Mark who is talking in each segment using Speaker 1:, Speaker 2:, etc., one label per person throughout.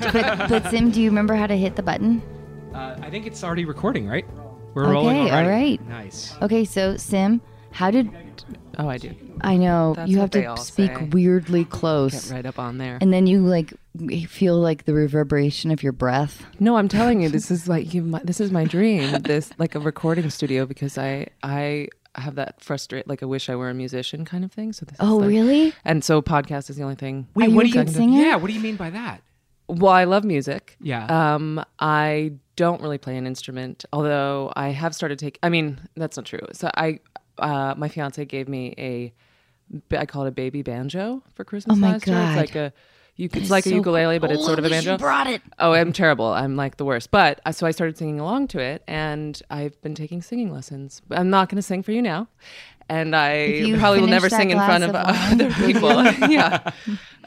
Speaker 1: but, but Sim, do you remember how to hit the button?
Speaker 2: Uh, I think it's already recording, right? We're
Speaker 1: Okay,
Speaker 2: rolling already.
Speaker 1: all right.
Speaker 2: Nice.
Speaker 1: Okay, so Sim, how did
Speaker 3: Oh, I do.
Speaker 1: I know
Speaker 3: That's
Speaker 1: you
Speaker 3: what
Speaker 1: have
Speaker 3: they
Speaker 1: to
Speaker 3: all
Speaker 1: speak
Speaker 3: say.
Speaker 1: weirdly
Speaker 3: Get
Speaker 1: close,
Speaker 3: right up on there.
Speaker 1: and then you like feel like the reverberation of your breath.
Speaker 3: No, I'm telling you, this is like you. My, this is my dream. This like a recording studio because I I have that frustrate like I wish I were a musician kind of thing. So this.
Speaker 1: Oh,
Speaker 3: is like,
Speaker 1: really?
Speaker 3: And so podcast is the only thing.
Speaker 1: Are you
Speaker 2: what
Speaker 1: a
Speaker 2: do you
Speaker 1: good singer?
Speaker 2: Yeah, what do you mean by that?
Speaker 3: Well, I love music.
Speaker 2: Yeah.
Speaker 3: Um, I don't really play an instrument, although I have started taking. I mean, that's not true. So I, uh, my fiance gave me a, I call it a baby banjo for Christmas.
Speaker 1: Oh my
Speaker 3: last year. It's
Speaker 1: God.
Speaker 3: like a, you, it's
Speaker 1: is
Speaker 3: like
Speaker 1: so
Speaker 3: a ukulele,
Speaker 1: cool.
Speaker 3: but it's sort of a
Speaker 1: Holy shit,
Speaker 3: banjo.
Speaker 1: you brought it.
Speaker 3: Oh, I'm terrible. I'm like the worst. But uh, so I started singing along to it, and I've been taking singing lessons. But I'm not going to sing for you now. And I
Speaker 1: you
Speaker 3: probably will
Speaker 1: finish
Speaker 3: never
Speaker 1: that
Speaker 3: sing in
Speaker 1: glass
Speaker 3: front of
Speaker 1: of
Speaker 3: other people. yeah.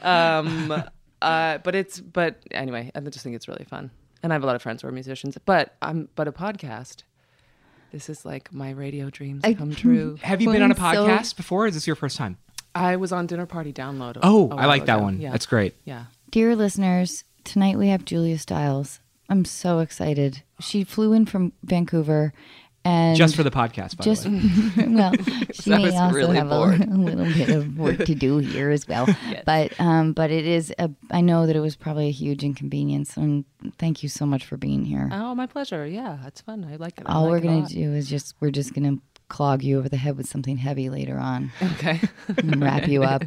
Speaker 3: Um, uh, but it's but anyway, I just think it's really fun, and I have a lot of friends who are musicians. But I'm but a podcast. This is like my radio dreams
Speaker 1: I-
Speaker 3: come true.
Speaker 2: Have you been on a
Speaker 1: Well, so-
Speaker 2: podcast before? Or is this your first time?
Speaker 3: I was on Dinner Party Download. a-
Speaker 2: Oh, I
Speaker 3: a while
Speaker 2: like that
Speaker 3: ago.
Speaker 2: one.
Speaker 3: Yeah.
Speaker 2: That's great.
Speaker 3: Yeah.
Speaker 1: Dear listeners, tonight we have Julia Stiles. I'm so excited. She flew in from Vancouver, and
Speaker 2: Just for the podcast, by
Speaker 1: just
Speaker 2: the way.
Speaker 1: well, she
Speaker 3: I
Speaker 1: may
Speaker 3: was
Speaker 1: also
Speaker 3: really
Speaker 1: have a,
Speaker 3: bored.
Speaker 1: a little bit of work to do here as well. But um, but it is. A, I know that it was probably a huge inconvenience, and thank you so much for being here.
Speaker 3: Oh, my pleasure. Yeah, it's fun. I like it. I
Speaker 1: All
Speaker 3: like
Speaker 1: we're
Speaker 3: it a
Speaker 1: gonna
Speaker 3: lot.
Speaker 1: do is just we're just gonna clog you over the head with something heavy later on,
Speaker 3: Okay.
Speaker 1: and wrap you up,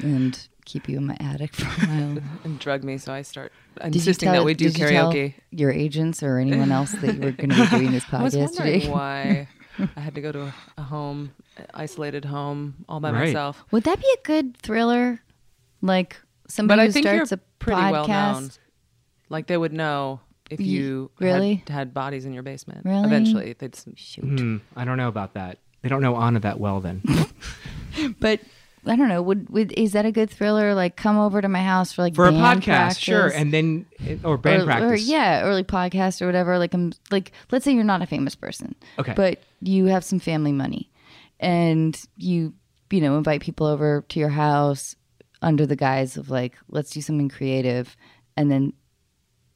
Speaker 1: and keep you in my attic for a while.
Speaker 3: and drug me, so I start
Speaker 1: Did you
Speaker 3: insisting
Speaker 1: tell,
Speaker 3: that we do
Speaker 1: did you tell
Speaker 3: karaoke.
Speaker 1: your agents or anyone else that you were going to be doing this
Speaker 3: I was
Speaker 1: podcast
Speaker 3: wondering
Speaker 1: today?
Speaker 3: why I had to go to a, a home, a isolated home, all by
Speaker 2: Right.
Speaker 3: myself.
Speaker 1: Would that be a good thriller? Like somebody
Speaker 3: but I
Speaker 1: who
Speaker 3: think
Speaker 1: starts
Speaker 3: you're
Speaker 1: a
Speaker 3: pretty
Speaker 1: podcast.
Speaker 3: well known. Like they would know if
Speaker 1: Ye-
Speaker 3: you
Speaker 1: really?
Speaker 3: had, had bodies in your basement.
Speaker 1: Really?
Speaker 3: Eventually, they'd s-
Speaker 2: Hmm, I don't know about that. They don't know Anna that well then.
Speaker 1: but I don't know. Would, would is that a good thriller? Like come over to my house for like
Speaker 2: For a
Speaker 1: band
Speaker 2: podcast,
Speaker 1: practice?
Speaker 2: sure. And then, or band
Speaker 1: or,
Speaker 2: practice.
Speaker 1: or yeah, or like podcast or whatever. Like I'm like, let's say you're not a famous person,
Speaker 2: Okay.
Speaker 1: but you have some family money, and you you know invite people over to your house under the guise of like, let's do something creative, and then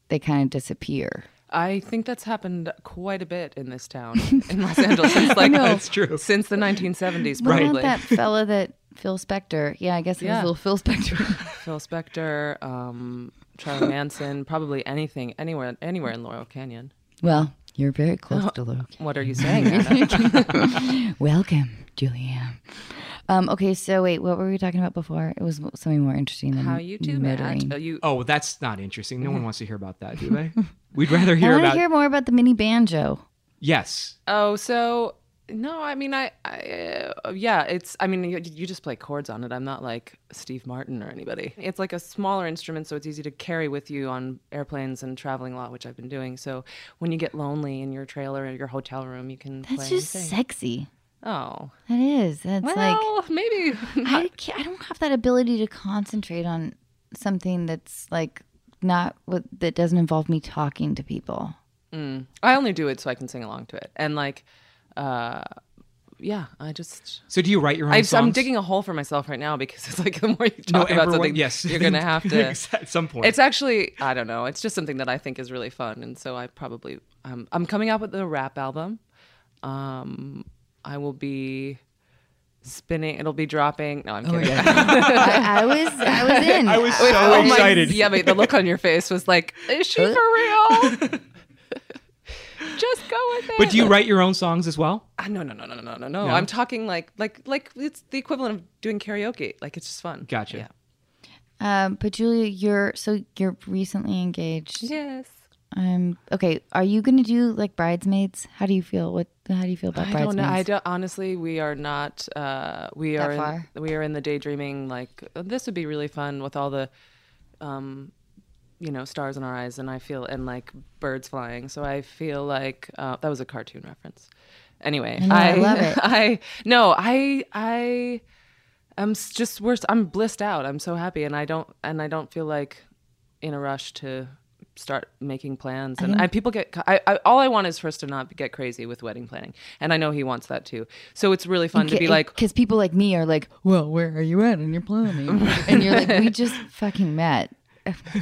Speaker 1: they kind of disappear.
Speaker 3: I think that's happened quite a bit in this town in Los Angeles. Since like
Speaker 2: That's true.
Speaker 3: Since the 1970s,
Speaker 1: What
Speaker 3: probably.
Speaker 1: about that fella that Phil Spector? Yeah, I guess it
Speaker 3: Yeah.
Speaker 1: was little Phil Spector.
Speaker 3: Phil Spector, um, Charlie Manson, probably anything, anywhere, anywhere in Laurel Canyon.
Speaker 1: well, you're very close to Luke.
Speaker 3: What are you saying? Anna?
Speaker 1: Oh. Welcome, Julia. Um, okay, so wait, what were we talking about before? It was something more interesting than
Speaker 3: How you do,
Speaker 1: murdering.
Speaker 3: Matt? Are you
Speaker 2: Oh, that's not interesting. No one wants to hear about that, do they? We'd rather
Speaker 1: I
Speaker 2: hear
Speaker 1: want to
Speaker 2: about.
Speaker 1: hear more about the mini banjo.
Speaker 2: yes.
Speaker 3: Oh, so no, I mean, I, I uh, yeah, it's, I mean, you, you just play chords on it. I'm not like Steve Martin or anybody. It's like a smaller instrument, so it's easy to carry with you on airplanes and traveling a lot, which I've been doing. So when you get lonely in your trailer or your hotel room, you can play.
Speaker 1: That's
Speaker 3: and
Speaker 1: just
Speaker 3: sing.
Speaker 1: sexy.
Speaker 3: oh,
Speaker 1: That is. That's
Speaker 3: well, maybe.
Speaker 1: like I can't, I don't have that ability to concentrate on something that's like not what that doesn't involve me talking to people.
Speaker 3: Mm. I only do it so I can sing along to it, and like, uh, yeah, I just.
Speaker 2: So do you write your own
Speaker 3: I,
Speaker 2: songs?
Speaker 3: I'm digging a hole for myself right now because it's like the more you talk
Speaker 2: no,
Speaker 3: about
Speaker 2: everyone,
Speaker 3: something,
Speaker 2: yes.
Speaker 3: you're gonna have to
Speaker 2: at some point.
Speaker 3: It's actually I don't know. It's just something that I think is really fun, and so I probably um, I'm coming out with a rap album. Um, I will be spinning. It'll be dropping. No, I'm
Speaker 2: Oh
Speaker 3: kidding.
Speaker 1: I, I was I was in. I was
Speaker 2: so
Speaker 3: Oh my-
Speaker 2: excited.
Speaker 3: yeah, but the look on your face was like, is she for real? just go with it.
Speaker 2: but do you write your own songs as well?
Speaker 3: Ah, no, no, no, no, no, no, no, no. I'm talking like like like it's the equivalent of doing karaoke. Like it's just fun.
Speaker 2: Gotcha.
Speaker 3: Yeah.
Speaker 1: um, but Julia, you're so you're recently engaged.
Speaker 3: Yes.
Speaker 1: Um okay, are you going to do like bridesmaids? How do you feel what how do you feel about
Speaker 3: I don't
Speaker 1: bridesmaids?
Speaker 3: know. I don't, honestly, we are not. Uh, we
Speaker 1: That
Speaker 3: are.
Speaker 1: far?
Speaker 3: In, we are in the daydreaming. Like this would be really fun with all the, um, you know, stars in our eyes, and I feel and like birds flying. So I feel like uh, that was a cartoon reference. Anyway,
Speaker 1: know, I love it.
Speaker 3: I no, I I am s- just worse. I'm blissed out. I'm so happy, and I don't and I don't feel like in a rush to start making plans. And I, people get I, I all I want is for us to not get crazy with wedding planning, and I know he wants that too. So it's really fun to be like,
Speaker 1: because people like me are like, well, where are you at in your planning? and you're like, we just fucking met.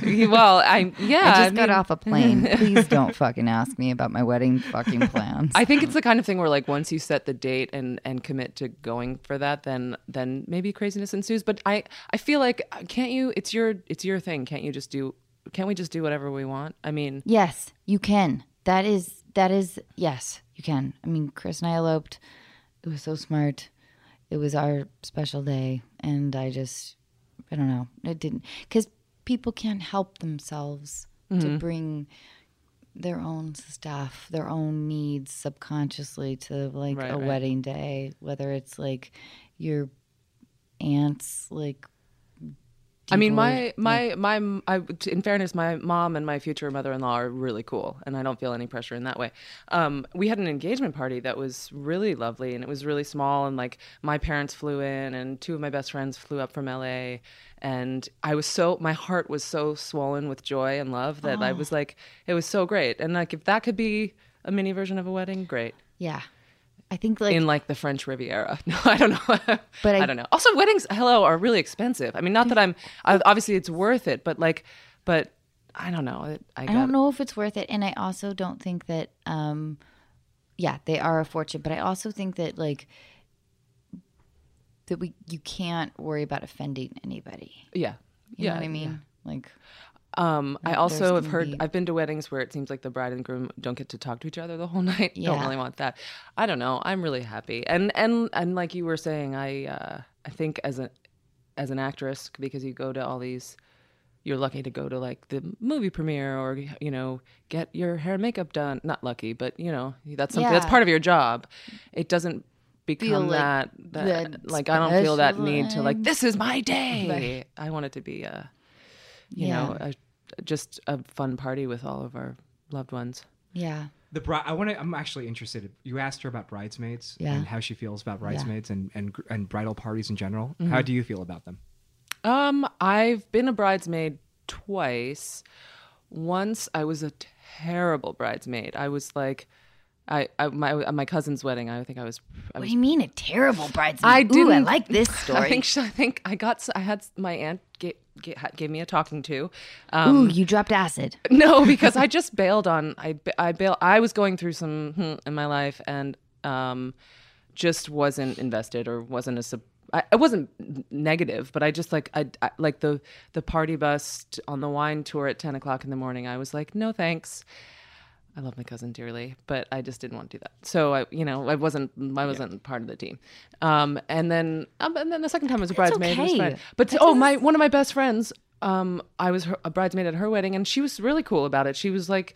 Speaker 3: well, I yeah,
Speaker 1: I just
Speaker 3: mean,
Speaker 1: got off a plane. Please don't fucking ask me about my wedding fucking plans.
Speaker 3: I think it's the kind of thing where like once you set the date and and commit to going for that, then then maybe craziness ensues. But I I feel like uh, can't you? It's your it's your thing. Can't you just do? Can't we just do whatever we want? I mean,
Speaker 1: yes, you can. That is that is yes, you can. I mean, Chris and I eloped. It was so smart. It was our special day, and I just I don't know. It didn't because people can't help themselves
Speaker 3: Mm-hmm.
Speaker 1: to bring their own stuff, their own needs subconsciously to like
Speaker 3: Right,
Speaker 1: a
Speaker 3: right.
Speaker 1: wedding day, whether it's like your aunt's like
Speaker 3: I mean, my
Speaker 1: devoid,
Speaker 3: my my I, in fairness, my mom and my future mother-in-law are really cool, and I don't feel any pressure in that way. Um, we had an engagement party that was really lovely, and it was really small, and like my parents flew in, and two of my best friends flew up from LA, and I was so my heart was so swollen with joy and love that I was like, it was so great, and like if that could be a mini version of a wedding, great.
Speaker 1: Yeah. I think like
Speaker 3: In like the French Riviera. No, I don't know.
Speaker 1: But
Speaker 3: But
Speaker 1: I-
Speaker 3: I, don't know. Also, weddings, hello, are really expensive. I mean, not that I'm I- obviously it's worth it, but like, but I don't know. It- I,
Speaker 1: I don't know if it's worth it and I also don't think that um yeah, they are a fortune, but I also think that like that we you can't worry about offending anybody.
Speaker 3: Yeah,
Speaker 1: You
Speaker 3: yeah.
Speaker 1: know what I mean? Like
Speaker 3: Um, I also have
Speaker 1: gonna
Speaker 3: heard.
Speaker 1: be-
Speaker 3: I've been to weddings where it seems like the bride and groom don't get to talk to each other the whole night. Don't
Speaker 1: Yeah.
Speaker 3: really want that. I don't know. I'm really happy, and and and like you were saying, I uh, I think as a as an actress because you go to all these. You're lucky to go to like the movie premiere or you know get your hair and makeup done. Not lucky, but you know that's something that's
Speaker 1: Yeah.
Speaker 3: part of your job. It doesn't
Speaker 1: Feel
Speaker 3: become
Speaker 1: like
Speaker 3: that, that
Speaker 1: that
Speaker 3: like I don't feel that
Speaker 1: special
Speaker 3: need to like
Speaker 1: and-
Speaker 3: this is my day. I want it to be uh you know, a, just a fun party with all of our loved ones.
Speaker 1: yeah.
Speaker 2: The bride. I want to. I'm actually interested. You asked her about bridesmaids
Speaker 1: Yeah. Mm-hmm.
Speaker 2: and how she feels about bridesmaids and, and gr- and bridal parties in general. How do you feel about them?
Speaker 3: Um, I've been a bridesmaid twice. Once I was a terrible bridesmaid. I was like, I, I my at my cousin's wedding. I think I was. I
Speaker 1: What
Speaker 3: was
Speaker 1: do you mean a terrible bridesmaid?
Speaker 3: I
Speaker 1: Ooh, I
Speaker 3: didn't-
Speaker 1: like this
Speaker 3: I
Speaker 1: story.
Speaker 3: think she- I think I got. s- I had s- my aunt gave, gave me a talking to. Um,
Speaker 1: Ooh, you dropped acid.
Speaker 3: No, because I just bailed on. I b- I bail. I was going through some hmm in my life, and um, just wasn't invested or wasn't a. Sub- I, I wasn't n- negative, but I just like I, I like the the party bus t- on the wine tour at ten o'clock in the morning. I was like, no thanks. I love my cousin dearly, but I just didn't want to do that. So I, you know, I wasn't, I wasn't part of the team. Um, and then, um, and then the second time I was a bridesmaid. it was
Speaker 1: okay.
Speaker 3: fine. But oh, my one of my best friends, um, I was her, a bridesmaid at her wedding, and she was really cool about it. She was like,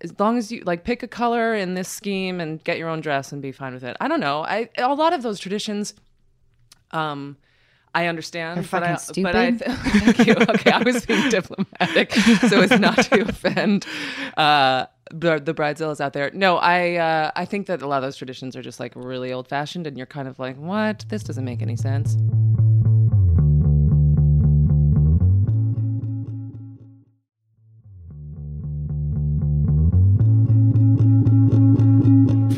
Speaker 3: as long as you like pick a color in this scheme and get your own dress and be fine with it. I don't know. I a lot of those traditions. Um, I understand,
Speaker 1: They're
Speaker 3: but I,
Speaker 1: fucking
Speaker 3: but I thank you. Okay, I was being diplomatic, so as not to offend uh, the the bridezillas out there. No, I uh, I think that a lot of those traditions are just like really old fashioned, and you're kind of like, what? This doesn't make any sense.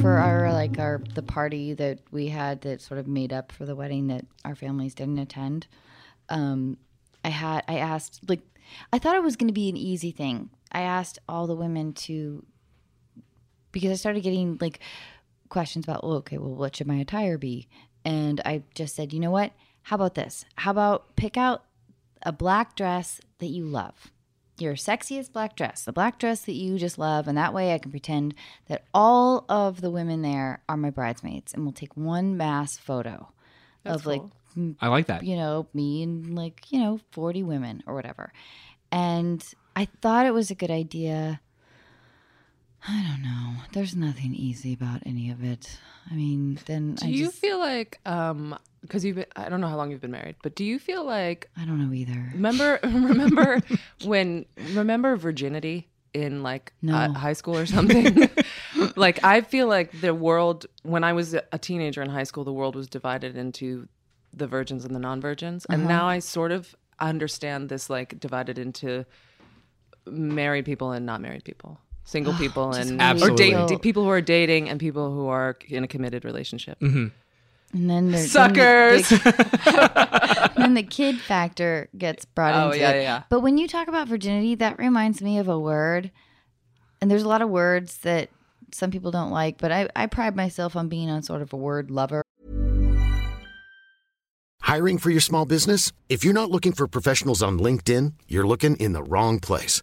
Speaker 1: for our like our the party that we had that sort of made up for the wedding that our families didn't attend um i had i asked like i thought it was going to be an easy thing i asked all the women to because i started getting like questions about well, okay well what should my attire be and i just said you know what how about this how about pick out a black dress that you love your sexiest black dress, the black dress that you just love, and that way I can pretend that all of the women there are my bridesmaids, and we'll take one mass photo of like
Speaker 2: I like that.
Speaker 1: you know, me and like, you know, 40 women or whatever. And I thought it was a good idea. I don't know. There's nothing easy about any of it. I mean, then
Speaker 3: Do
Speaker 1: I
Speaker 3: you
Speaker 1: just,
Speaker 3: feel like um because you've been, I don't know how long you've been married, but do you feel like
Speaker 1: I don't know either.
Speaker 3: remember remember when remember virginity in like uh, high school or something? like I feel like the world when I was a teenager in high school, the world was divided into the virgins and the non-virgins, and now I sort of understand this like divided into married people and not married people. Single people and
Speaker 2: Absolutely.
Speaker 3: or date, people who are dating and people who are in a committed relationship.
Speaker 1: And then there's
Speaker 3: Suckers.
Speaker 1: Then, the big- then the kid factor gets brought
Speaker 3: Oh,
Speaker 1: into
Speaker 3: yeah,
Speaker 1: it.
Speaker 3: yeah, yeah.
Speaker 1: But when you talk about virginity, that reminds me of a word, and there's a lot of words that some people don't like, but I, I pride myself on being on sort of a word lover.
Speaker 4: Hiring for your small business? If you're not looking for professionals on LinkedIn, you're looking in the wrong place.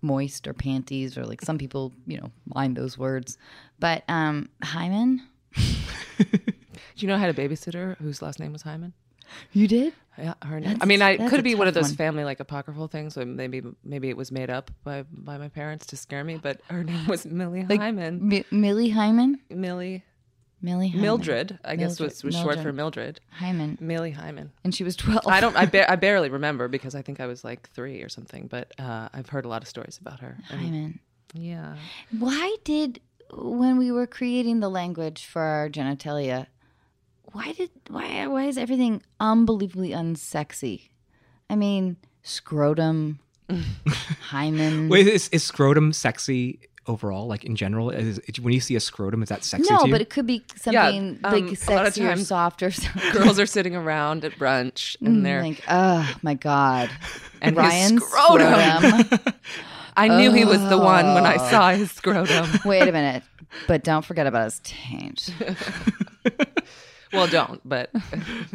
Speaker 1: moist or panties or like some people, you know, mind those words. But um hymen?
Speaker 3: Do you know I had a babysitter whose last name was Hyman?
Speaker 1: You did?
Speaker 3: Yeah, her name.
Speaker 1: That's
Speaker 3: I
Speaker 1: a-
Speaker 3: mean, I
Speaker 1: that's a
Speaker 3: could be one of
Speaker 1: tough
Speaker 3: those
Speaker 1: one.
Speaker 3: family like apocryphal things. Where maybe maybe it was made up by by my parents to scare me. But her name was Millie Hyman.
Speaker 1: Mi- Millie Hyman?
Speaker 3: Millie
Speaker 1: Millie Hyman.
Speaker 3: Mildred, I guess
Speaker 1: Mildred-
Speaker 3: was, was short for Mildred.
Speaker 1: Hyman.
Speaker 3: Millie Hyman.
Speaker 1: And she was 12.
Speaker 3: I don't. I, ba- I barely remember because I think I was like three or something. But uh, I've heard a lot of stories about her. And-
Speaker 1: Hymen.
Speaker 3: yeah.
Speaker 1: Why did when we were creating the language for our genitalia, why did why why is everything unbelievably unsexy? I mean, scrotum, hymen.
Speaker 2: Wait, is, is scrotum sexy overall? Like in general, is, is- when you see a scrotum, is that sexy
Speaker 1: no,
Speaker 2: to you?
Speaker 1: but it could be something
Speaker 3: um,
Speaker 1: like
Speaker 3: a lot of
Speaker 1: sexy or
Speaker 3: times-
Speaker 1: soft or something.
Speaker 3: Girls are sitting around at brunch and they're
Speaker 1: like, oh my god,
Speaker 3: and his
Speaker 1: Ryan's
Speaker 3: scrotum.
Speaker 1: scrotum.
Speaker 3: I knew he was the one when I
Speaker 1: oh.
Speaker 3: saw his scrotum.
Speaker 1: Wait a minute, but don't forget about his taint.
Speaker 3: well, don't. But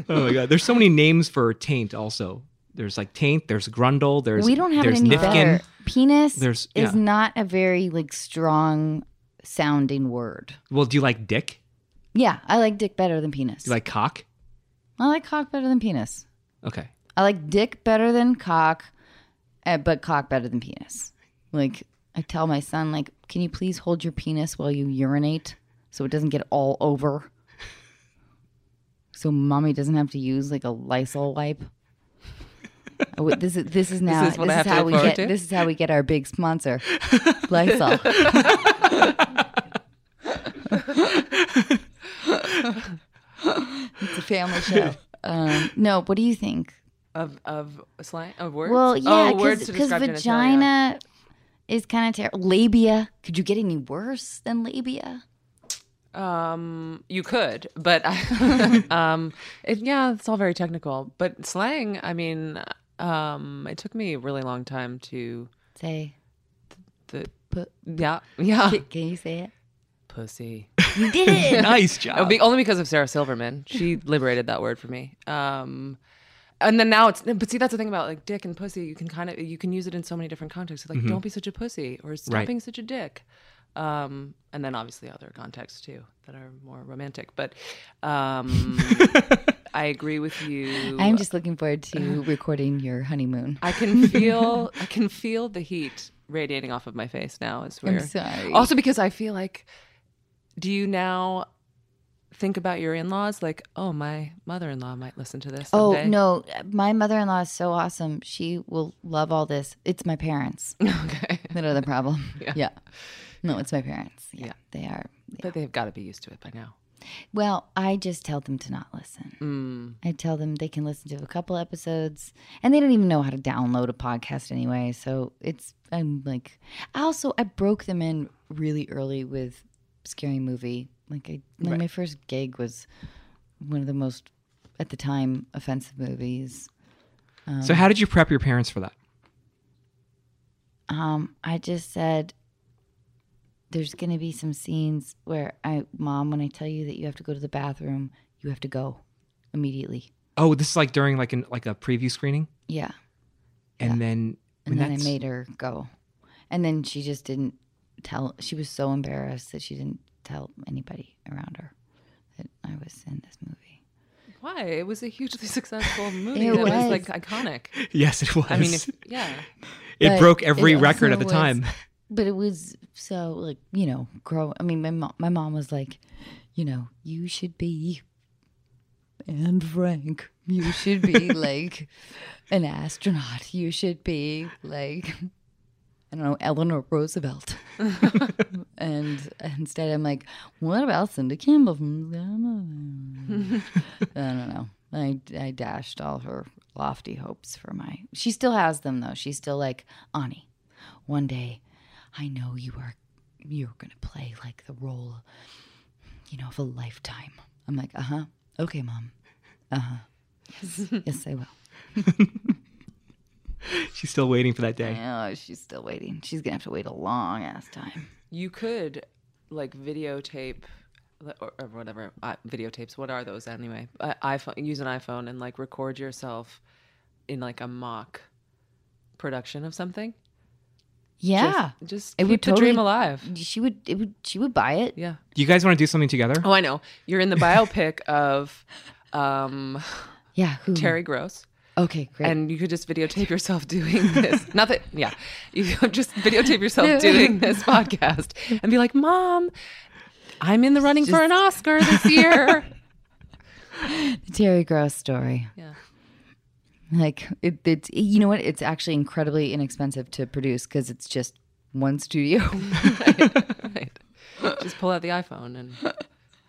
Speaker 2: oh my god, there's so many names for taint. Also, there's like taint. There's grundle. There's
Speaker 1: we don't have
Speaker 2: there's
Speaker 1: it any
Speaker 2: nifkin.
Speaker 1: better. Penis
Speaker 2: There's-
Speaker 1: is
Speaker 2: yeah.
Speaker 1: not a very like strong sounding word.
Speaker 2: Well, do you like dick?
Speaker 1: Yeah, I like dick better than penis.
Speaker 2: Do you like cock?
Speaker 1: I like cock better than penis.
Speaker 2: Okay.
Speaker 1: I like dick better than cock, eh, but cock better than penis. Like I tell my son, like, can you please hold your penis while you urinate so it doesn't get all over, so mommy doesn't have to use like a Lysol wipe. I would- This is this is now
Speaker 3: is what I have to
Speaker 1: how
Speaker 3: look
Speaker 1: we
Speaker 3: forward
Speaker 1: get
Speaker 3: to?
Speaker 1: this is how we get our big sponsor, Lysol. it's a family show. Um, no, what do you think?
Speaker 3: of of slang of words.
Speaker 1: Well, yeah,
Speaker 3: oh, words to
Speaker 1: because
Speaker 3: describe genitalia.
Speaker 1: vagina is kind of terrible. Labia. Could you get any worse than labia?
Speaker 3: Um, you could, but I, um, it, yeah, it's all very technical. But slang, I mean, um, it took me a really long time to
Speaker 1: Say,
Speaker 3: the
Speaker 1: put,
Speaker 3: yeah yeah
Speaker 1: can, can you say it?
Speaker 3: pussy.
Speaker 1: You did it.
Speaker 2: Nice job.
Speaker 3: Oh, be, only because of Sarah Silverman, she liberated that word for me. Um, and then now it's but see that's the thing about like dick and pussy. You can kind of you can use it in so many different contexts. Like don't be such a pussy or stop
Speaker 2: Right.
Speaker 3: being such a dick. Um, and then obviously other contexts too that are more romantic. But um, I agree with you.
Speaker 1: I'm just looking forward to recording your honeymoon.
Speaker 3: I can feel I can feel the heat radiating off of my face now as we're
Speaker 1: sorry.
Speaker 3: Also because I feel like do you now think about your in-laws like, oh my mother-in-law might listen to this
Speaker 1: Oh
Speaker 3: someday.
Speaker 1: no, my mother-in-law is so awesome. She will love all this. It's my parents
Speaker 3: okay.
Speaker 1: that are the problem. yeah. No, it's my parents. Yeah,
Speaker 3: Yeah.
Speaker 1: they are.
Speaker 3: But they've got to be used to it by now.
Speaker 1: Well, I just tell them to not listen.
Speaker 3: Mm.
Speaker 1: I tell them they can listen to a couple episodes, and they don't even know how to download a podcast anyway. So it's I'm like, I also I broke them in really early with scary movie. Like I, like my first gig was one of the most at the time offensive movies.
Speaker 2: so how did you prep your parents for that?
Speaker 1: Um, I just said there's going to be some scenes where I, mom, when I tell you that you have to go to the bathroom, you have to go immediately.
Speaker 2: Oh, this is like during like an like a preview screening,
Speaker 1: Yeah.
Speaker 2: and then
Speaker 1: and then I
Speaker 2: that's-
Speaker 1: made her go. And then she just didn't tell. She was so embarrassed that she didn't tell anybody around her that I was in this movie.
Speaker 3: Why? It was a hugely successful movie
Speaker 1: It
Speaker 3: that was.
Speaker 1: was.
Speaker 3: like iconic.
Speaker 2: yes, it was.
Speaker 3: I mean, if, yeah.
Speaker 2: it
Speaker 1: But
Speaker 2: broke every
Speaker 1: it
Speaker 2: record at
Speaker 1: also
Speaker 2: the
Speaker 1: was-
Speaker 2: time.
Speaker 1: But it was so like you know, grow. I mean, my mom, my mom was like, you know, you should be and Frank, you should be like an astronaut. You should be like I don't know Eleanor Roosevelt. and instead, I'm like, what about Cindy Campbell from the- I don't know. I, I dashed all her lofty hopes for my. She still has them though. She's still like Ani. One day, I know you are. You're gonna play like the role you know, of a lifetime. I'm like, uh huh. Okay, mom. Uh huh. Yes. yes, I will.
Speaker 2: She's still waiting for that day.
Speaker 1: Oh, she's still waiting. She's going to have to wait a long ass time.
Speaker 3: You could like videotape or, or whatever I, videotapes. What are those anyway? I, iPhone. Use an iPhone and like record yourself in like a mock production of something.
Speaker 1: Yeah.
Speaker 3: Just, just
Speaker 1: It
Speaker 3: keep
Speaker 1: would
Speaker 3: the dream
Speaker 1: totally-
Speaker 3: alive.
Speaker 1: she would, it would, she would buy it.
Speaker 3: Yeah.
Speaker 2: You guys want to do something together?
Speaker 3: Oh, I know. You're in the biopic of um,
Speaker 1: Yeah. Who?
Speaker 3: Terry Gross.
Speaker 1: Okay, great.
Speaker 3: and you could just videotape yourself doing this. Nothing, yeah. You could just videotape yourself doing this podcast and be like, "Mom, I'm in the running for an Oscar this year."
Speaker 1: the Terry Gross story.
Speaker 3: yeah.
Speaker 1: Like, it, it's, you know what? It's actually incredibly inexpensive to produce because it's just one studio.
Speaker 3: Right. Just pull out the iPhone and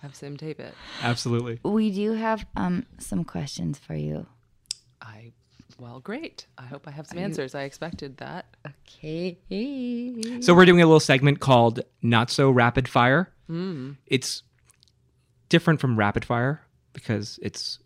Speaker 3: have Sim tape it.
Speaker 2: Absolutely.
Speaker 1: we do have um, some questions for you.
Speaker 3: I well, great. I hope I have some answers. I expected that.
Speaker 1: Okay.
Speaker 2: So we're doing a little segment called Not So Rapid Fire.
Speaker 3: Hmm.
Speaker 2: It's different from Rapid Fire because it's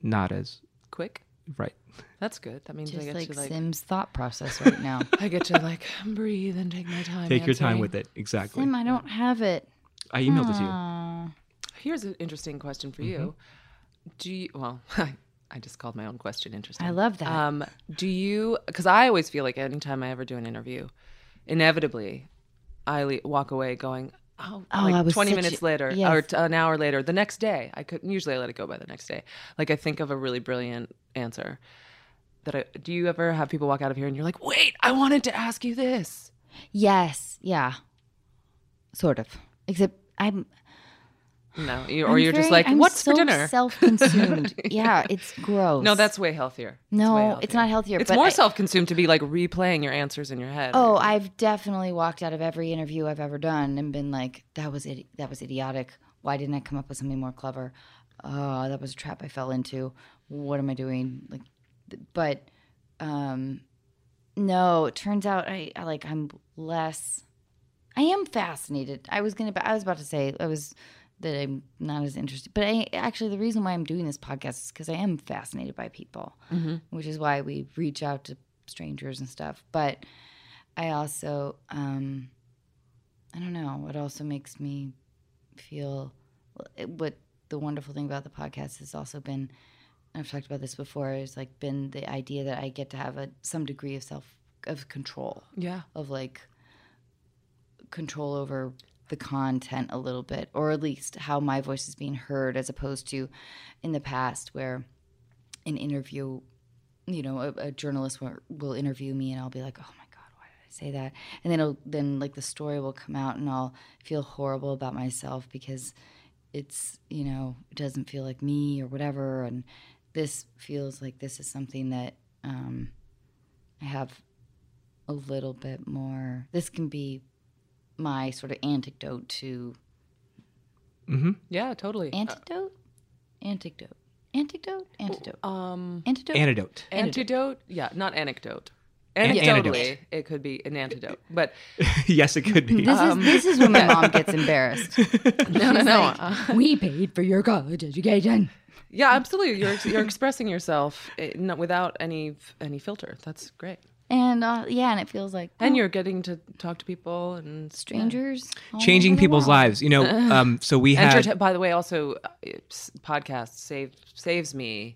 Speaker 2: not as
Speaker 3: Quick.
Speaker 2: right.
Speaker 3: That's good. That means I
Speaker 1: Just
Speaker 3: get
Speaker 1: like
Speaker 3: to like
Speaker 1: Sim's thought process right now.
Speaker 3: I get to like breathe and take my time.
Speaker 2: Take your time
Speaker 3: answering.
Speaker 2: with it. Exactly.
Speaker 1: Sim, I don't have it. Uh,
Speaker 2: I emailed it to you.
Speaker 3: Here's an interesting question for you.
Speaker 2: Mm-hmm.
Speaker 3: Do you, well, I just called my own question interesting.
Speaker 1: I love that.
Speaker 3: Um, do you, because I always feel like anytime I ever do an interview, inevitably I le- walk away going, oh,
Speaker 1: Oh,
Speaker 3: like
Speaker 1: I was
Speaker 3: 20
Speaker 1: such
Speaker 3: minutes
Speaker 1: a-
Speaker 3: later
Speaker 1: yes.
Speaker 3: or t- an hour later, the next day. I could usually I let it go by the next day. Like I think of a really brilliant answer. That I, do you ever have people walk out of here and you're like, wait, I wanted to ask you this?
Speaker 1: Yes, yeah. Sort of. Except I'm
Speaker 3: No, you, or
Speaker 1: I'm
Speaker 3: you're just
Speaker 1: very-
Speaker 3: like,
Speaker 1: I'm
Speaker 3: what's
Speaker 1: so
Speaker 3: for dinner?
Speaker 1: Self-consumed. yeah, it's gross.
Speaker 3: No, that's way healthier. It's
Speaker 1: No,
Speaker 3: way
Speaker 1: it's not healthier,
Speaker 3: It's
Speaker 1: but
Speaker 3: more
Speaker 1: I-
Speaker 3: self-consumed to be like replaying your answers in your head.
Speaker 1: Oh, I've definitely walked out of every interview I've ever done and been like, that was it that was idiotic. Why didn't I come up with something more clever? Oh, that was a trap I fell into. What am I doing? Like but um no, it turns out I, I like I'm less I am fascinated. I was gonna. I was about to say I was that I'm not as interested, but I actually the reason why I'm doing this podcast is because I am fascinated by people,
Speaker 3: Mm-hmm.
Speaker 1: which is why we reach out to strangers and stuff. But I also, um, I don't know. It also makes me feel what the wonderful thing about the podcast has also been. and I've talked about this before. Is like been the idea that I get to have a some degree of self of control
Speaker 3: yeah.
Speaker 1: of like control over the content a little bit, or at least how my voice is being heard, as opposed to in the past where an interview, you know, a, a journalist will, will interview me and I'll be like, oh my God, why did I say that? And then, it'll, then like the story will come out and I'll feel horrible about myself because it's, you know, it doesn't feel like me or whatever. And this feels like this is something that um, I have a little bit more. This can be my sort of antidote to
Speaker 2: Mm-hmm.
Speaker 3: Yeah, totally.
Speaker 1: antidote, antidote, antidote, antidote,
Speaker 3: um
Speaker 1: antidote.
Speaker 2: Antidote.
Speaker 3: antidote? Yeah, not anecdote.
Speaker 2: An- antidote.
Speaker 3: Anecdotally, it could be an antidote. But
Speaker 2: yes, it could be.
Speaker 1: this is this is when my mom gets embarrassed.
Speaker 3: no, no, no. Uh,
Speaker 1: we paid for your college education.
Speaker 3: yeah, absolutely. You're you're expressing yourself eh, no- without any any filter. That's great.
Speaker 1: And uh, yeah, and it feels like oh,
Speaker 3: And you're getting to talk to people and
Speaker 1: strangers all
Speaker 2: Changing
Speaker 1: over the
Speaker 2: people's
Speaker 1: world.
Speaker 2: lives. You know, um, so we had
Speaker 3: Enterta- by the way, also uh, it's- podcast save saves me.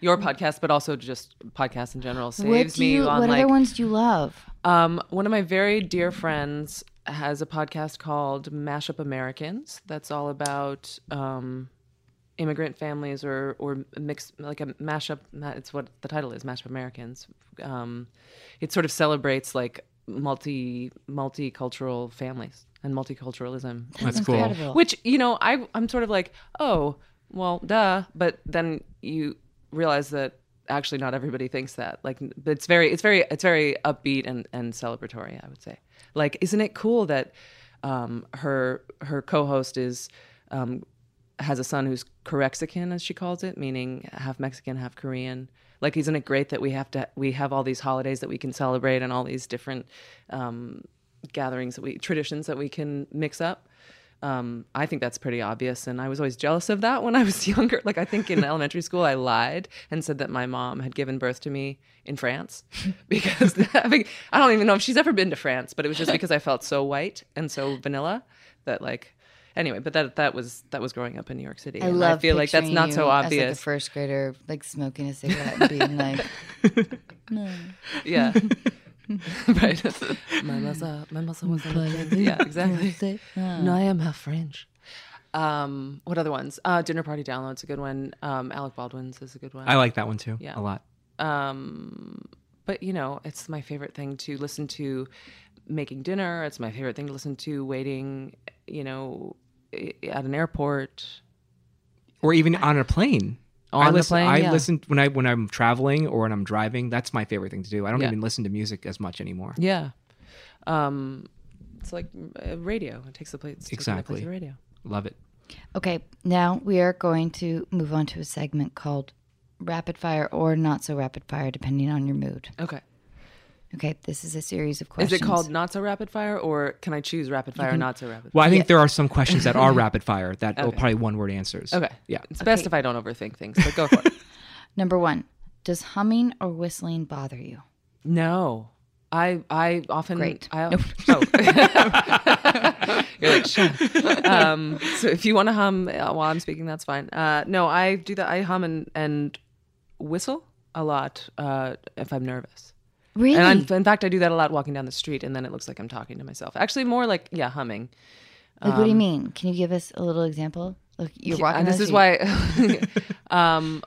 Speaker 3: Your podcast, but also just podcasts in general,
Speaker 1: What
Speaker 3: saves
Speaker 1: do
Speaker 3: me
Speaker 1: you?
Speaker 3: on
Speaker 1: What
Speaker 3: like
Speaker 1: other ones do you love?
Speaker 3: Um, one of my very dear friends has a podcast called Mashup Americans. That's all about um, immigrant families or or mixed like a mashup. ma- It's what the title is, Mashup Americans. Um, it sort of celebrates like multi multicultural families and multiculturalism
Speaker 2: That's
Speaker 1: That's
Speaker 2: cool.
Speaker 1: incredible.
Speaker 3: which you know I I'm sort of like oh Well, duh. But then you realize that actually not everybody thinks that. Like, but it's very, it's very, it's very upbeat and and celebratory. I would say. Like, isn't it cool that um, her her co-host is um, has a son who's Corexican, as she calls it, meaning half Mexican, half Korean. Like, isn't it great that we have to we have all these holidays that we can celebrate and all these different um, gatherings that we traditions that we can mix up? um, I think that's pretty obvious. And I was always jealous of that when I was younger. Like, I think in elementary school, I lied and said that my mom had given birth to me in France because I, think, I don't even know if she's ever been to France, but it was just because I felt so white and so vanilla that, like, anyway, but that, that was, that was growing up in New York City.
Speaker 1: I
Speaker 3: and
Speaker 1: love.
Speaker 3: I feel like that's
Speaker 1: picturing
Speaker 3: not so
Speaker 1: you as, like,
Speaker 3: obvious.
Speaker 1: a first grader like smoking a cigarette and being like,
Speaker 3: yeah. right. my mother, my mother was a Yeah, exactly. No, I am half French. Um, what other ones? Uh, Dinner Party Download's a good one. Um, Alec Baldwin's is a good one.
Speaker 2: I like that one too
Speaker 3: Yeah.
Speaker 2: a lot.
Speaker 3: um, but you know, it's my favorite thing to listen to making dinner. It's my favorite thing to listen to waiting, you know, i- at an airport.
Speaker 2: Or even on a plane.
Speaker 3: On
Speaker 2: I
Speaker 3: the
Speaker 2: listen,
Speaker 3: plane,
Speaker 2: I
Speaker 3: yeah.
Speaker 2: listen when I when I'm traveling or when I'm driving. That's my favorite thing to do. I don't
Speaker 3: Yeah.
Speaker 2: even listen to music as much anymore.
Speaker 3: Yeah. Um, it's like uh, radio. It takes the place. it's taking the place
Speaker 2: Exactly.
Speaker 3: of radio.
Speaker 2: Love it.
Speaker 1: okay, now we are going to move on to a segment called rapid fire or not so rapid fire, depending on your mood.
Speaker 3: Okay.
Speaker 1: Okay, this is a series of
Speaker 3: Is
Speaker 1: questions.
Speaker 3: it called not so rapid fire, or can I choose rapid fire, or not so rapid? fire?
Speaker 2: Well, I think there are some questions that are rapid fire that are probably one word answers.
Speaker 3: Okay.
Speaker 2: Yeah.
Speaker 3: It's best if I don't overthink things, but go for it.
Speaker 1: Number one, does humming or whistling bother you?
Speaker 3: No. I I often
Speaker 1: Great.
Speaker 3: I oh. You're like, "Shh." um, so if you want to hum uh, while I'm speaking, that's fine. Uh, no, I do that. I hum and, and whistle a lot uh, if I'm nervous.
Speaker 1: Really?
Speaker 3: And I'm, in fact, I do that a lot walking down the street, and then it looks like I'm talking to myself. Actually, more like yeah, humming.
Speaker 1: like, what do you mean? Can you give us a little example? Look, you're walking.
Speaker 3: And
Speaker 1: down
Speaker 3: this
Speaker 1: the
Speaker 3: is
Speaker 1: street.
Speaker 3: why. um,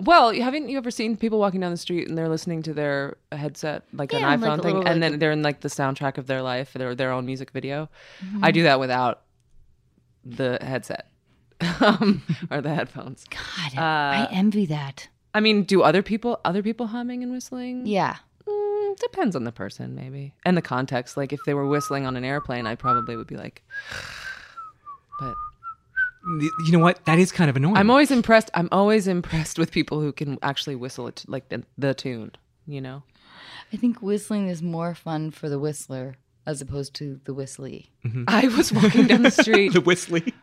Speaker 3: well, you- haven't you ever seen people walking down the street and they're listening to their headset, like
Speaker 1: Yeah,
Speaker 3: an
Speaker 1: like
Speaker 3: iPhone
Speaker 1: a
Speaker 3: thing,
Speaker 1: little,
Speaker 3: and
Speaker 1: like-
Speaker 3: then they're in like the soundtrack of their life, their their own music video?
Speaker 1: Mm-hmm.
Speaker 3: I do that without the headset um, or the headphones.
Speaker 1: God, I envy that.
Speaker 3: I mean, do other people other people humming and whistling?
Speaker 1: Yeah.
Speaker 3: Mm, depends on the person, maybe, and the context. Like if they were whistling on an airplane, I probably would be like, but.
Speaker 2: You know what? That is kind of annoying.
Speaker 3: I'm always impressed. I'm always impressed with people who can actually whistle it like the, the tune. You know,
Speaker 1: I think whistling is more fun for the whistler as opposed to the whistly.
Speaker 3: I was walking down the street.
Speaker 2: the whistly.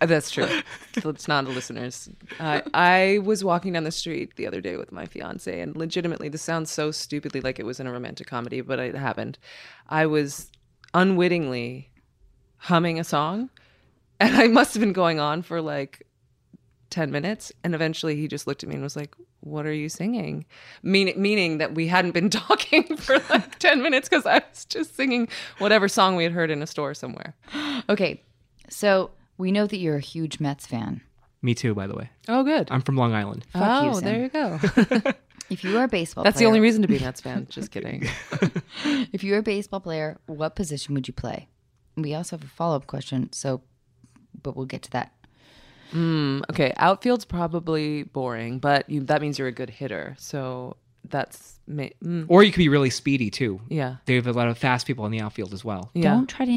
Speaker 3: Uh, That's true. It's not the listeners. I I was walking down the street the other day with my fiance, and legitimately, this sounds so stupidly like it was in a romantic comedy, but it happened. I was unwittingly humming a song, and I must have been going on for like 10 minutes. And eventually, he just looked at me and was like, What are you singing? Mean, meaning that we hadn't been talking for like 10 minutes because I was just singing whatever song we had heard in a store somewhere.
Speaker 1: Okay, so we know that you're a huge Mets fan.
Speaker 2: Me too, by the way.
Speaker 3: Oh, good.
Speaker 2: I'm from Long Island.
Speaker 1: Fuck
Speaker 3: oh,
Speaker 1: you, Sam.
Speaker 3: there you go.
Speaker 1: If you are a baseball
Speaker 3: That's the
Speaker 1: player,
Speaker 3: only reason to be a Mets fan. Just kidding.
Speaker 1: If you were a baseball player, what position would you play? We also have a follow up question, so, but we'll get to that.
Speaker 3: Um, okay, outfield's probably boring, but you, that means you're a good hitter. So that's ma- mm,
Speaker 2: Or you could be really speedy too.
Speaker 3: yeah,
Speaker 2: They have a lot of fast people in the outfield as well.
Speaker 3: yeah.
Speaker 1: Don't try to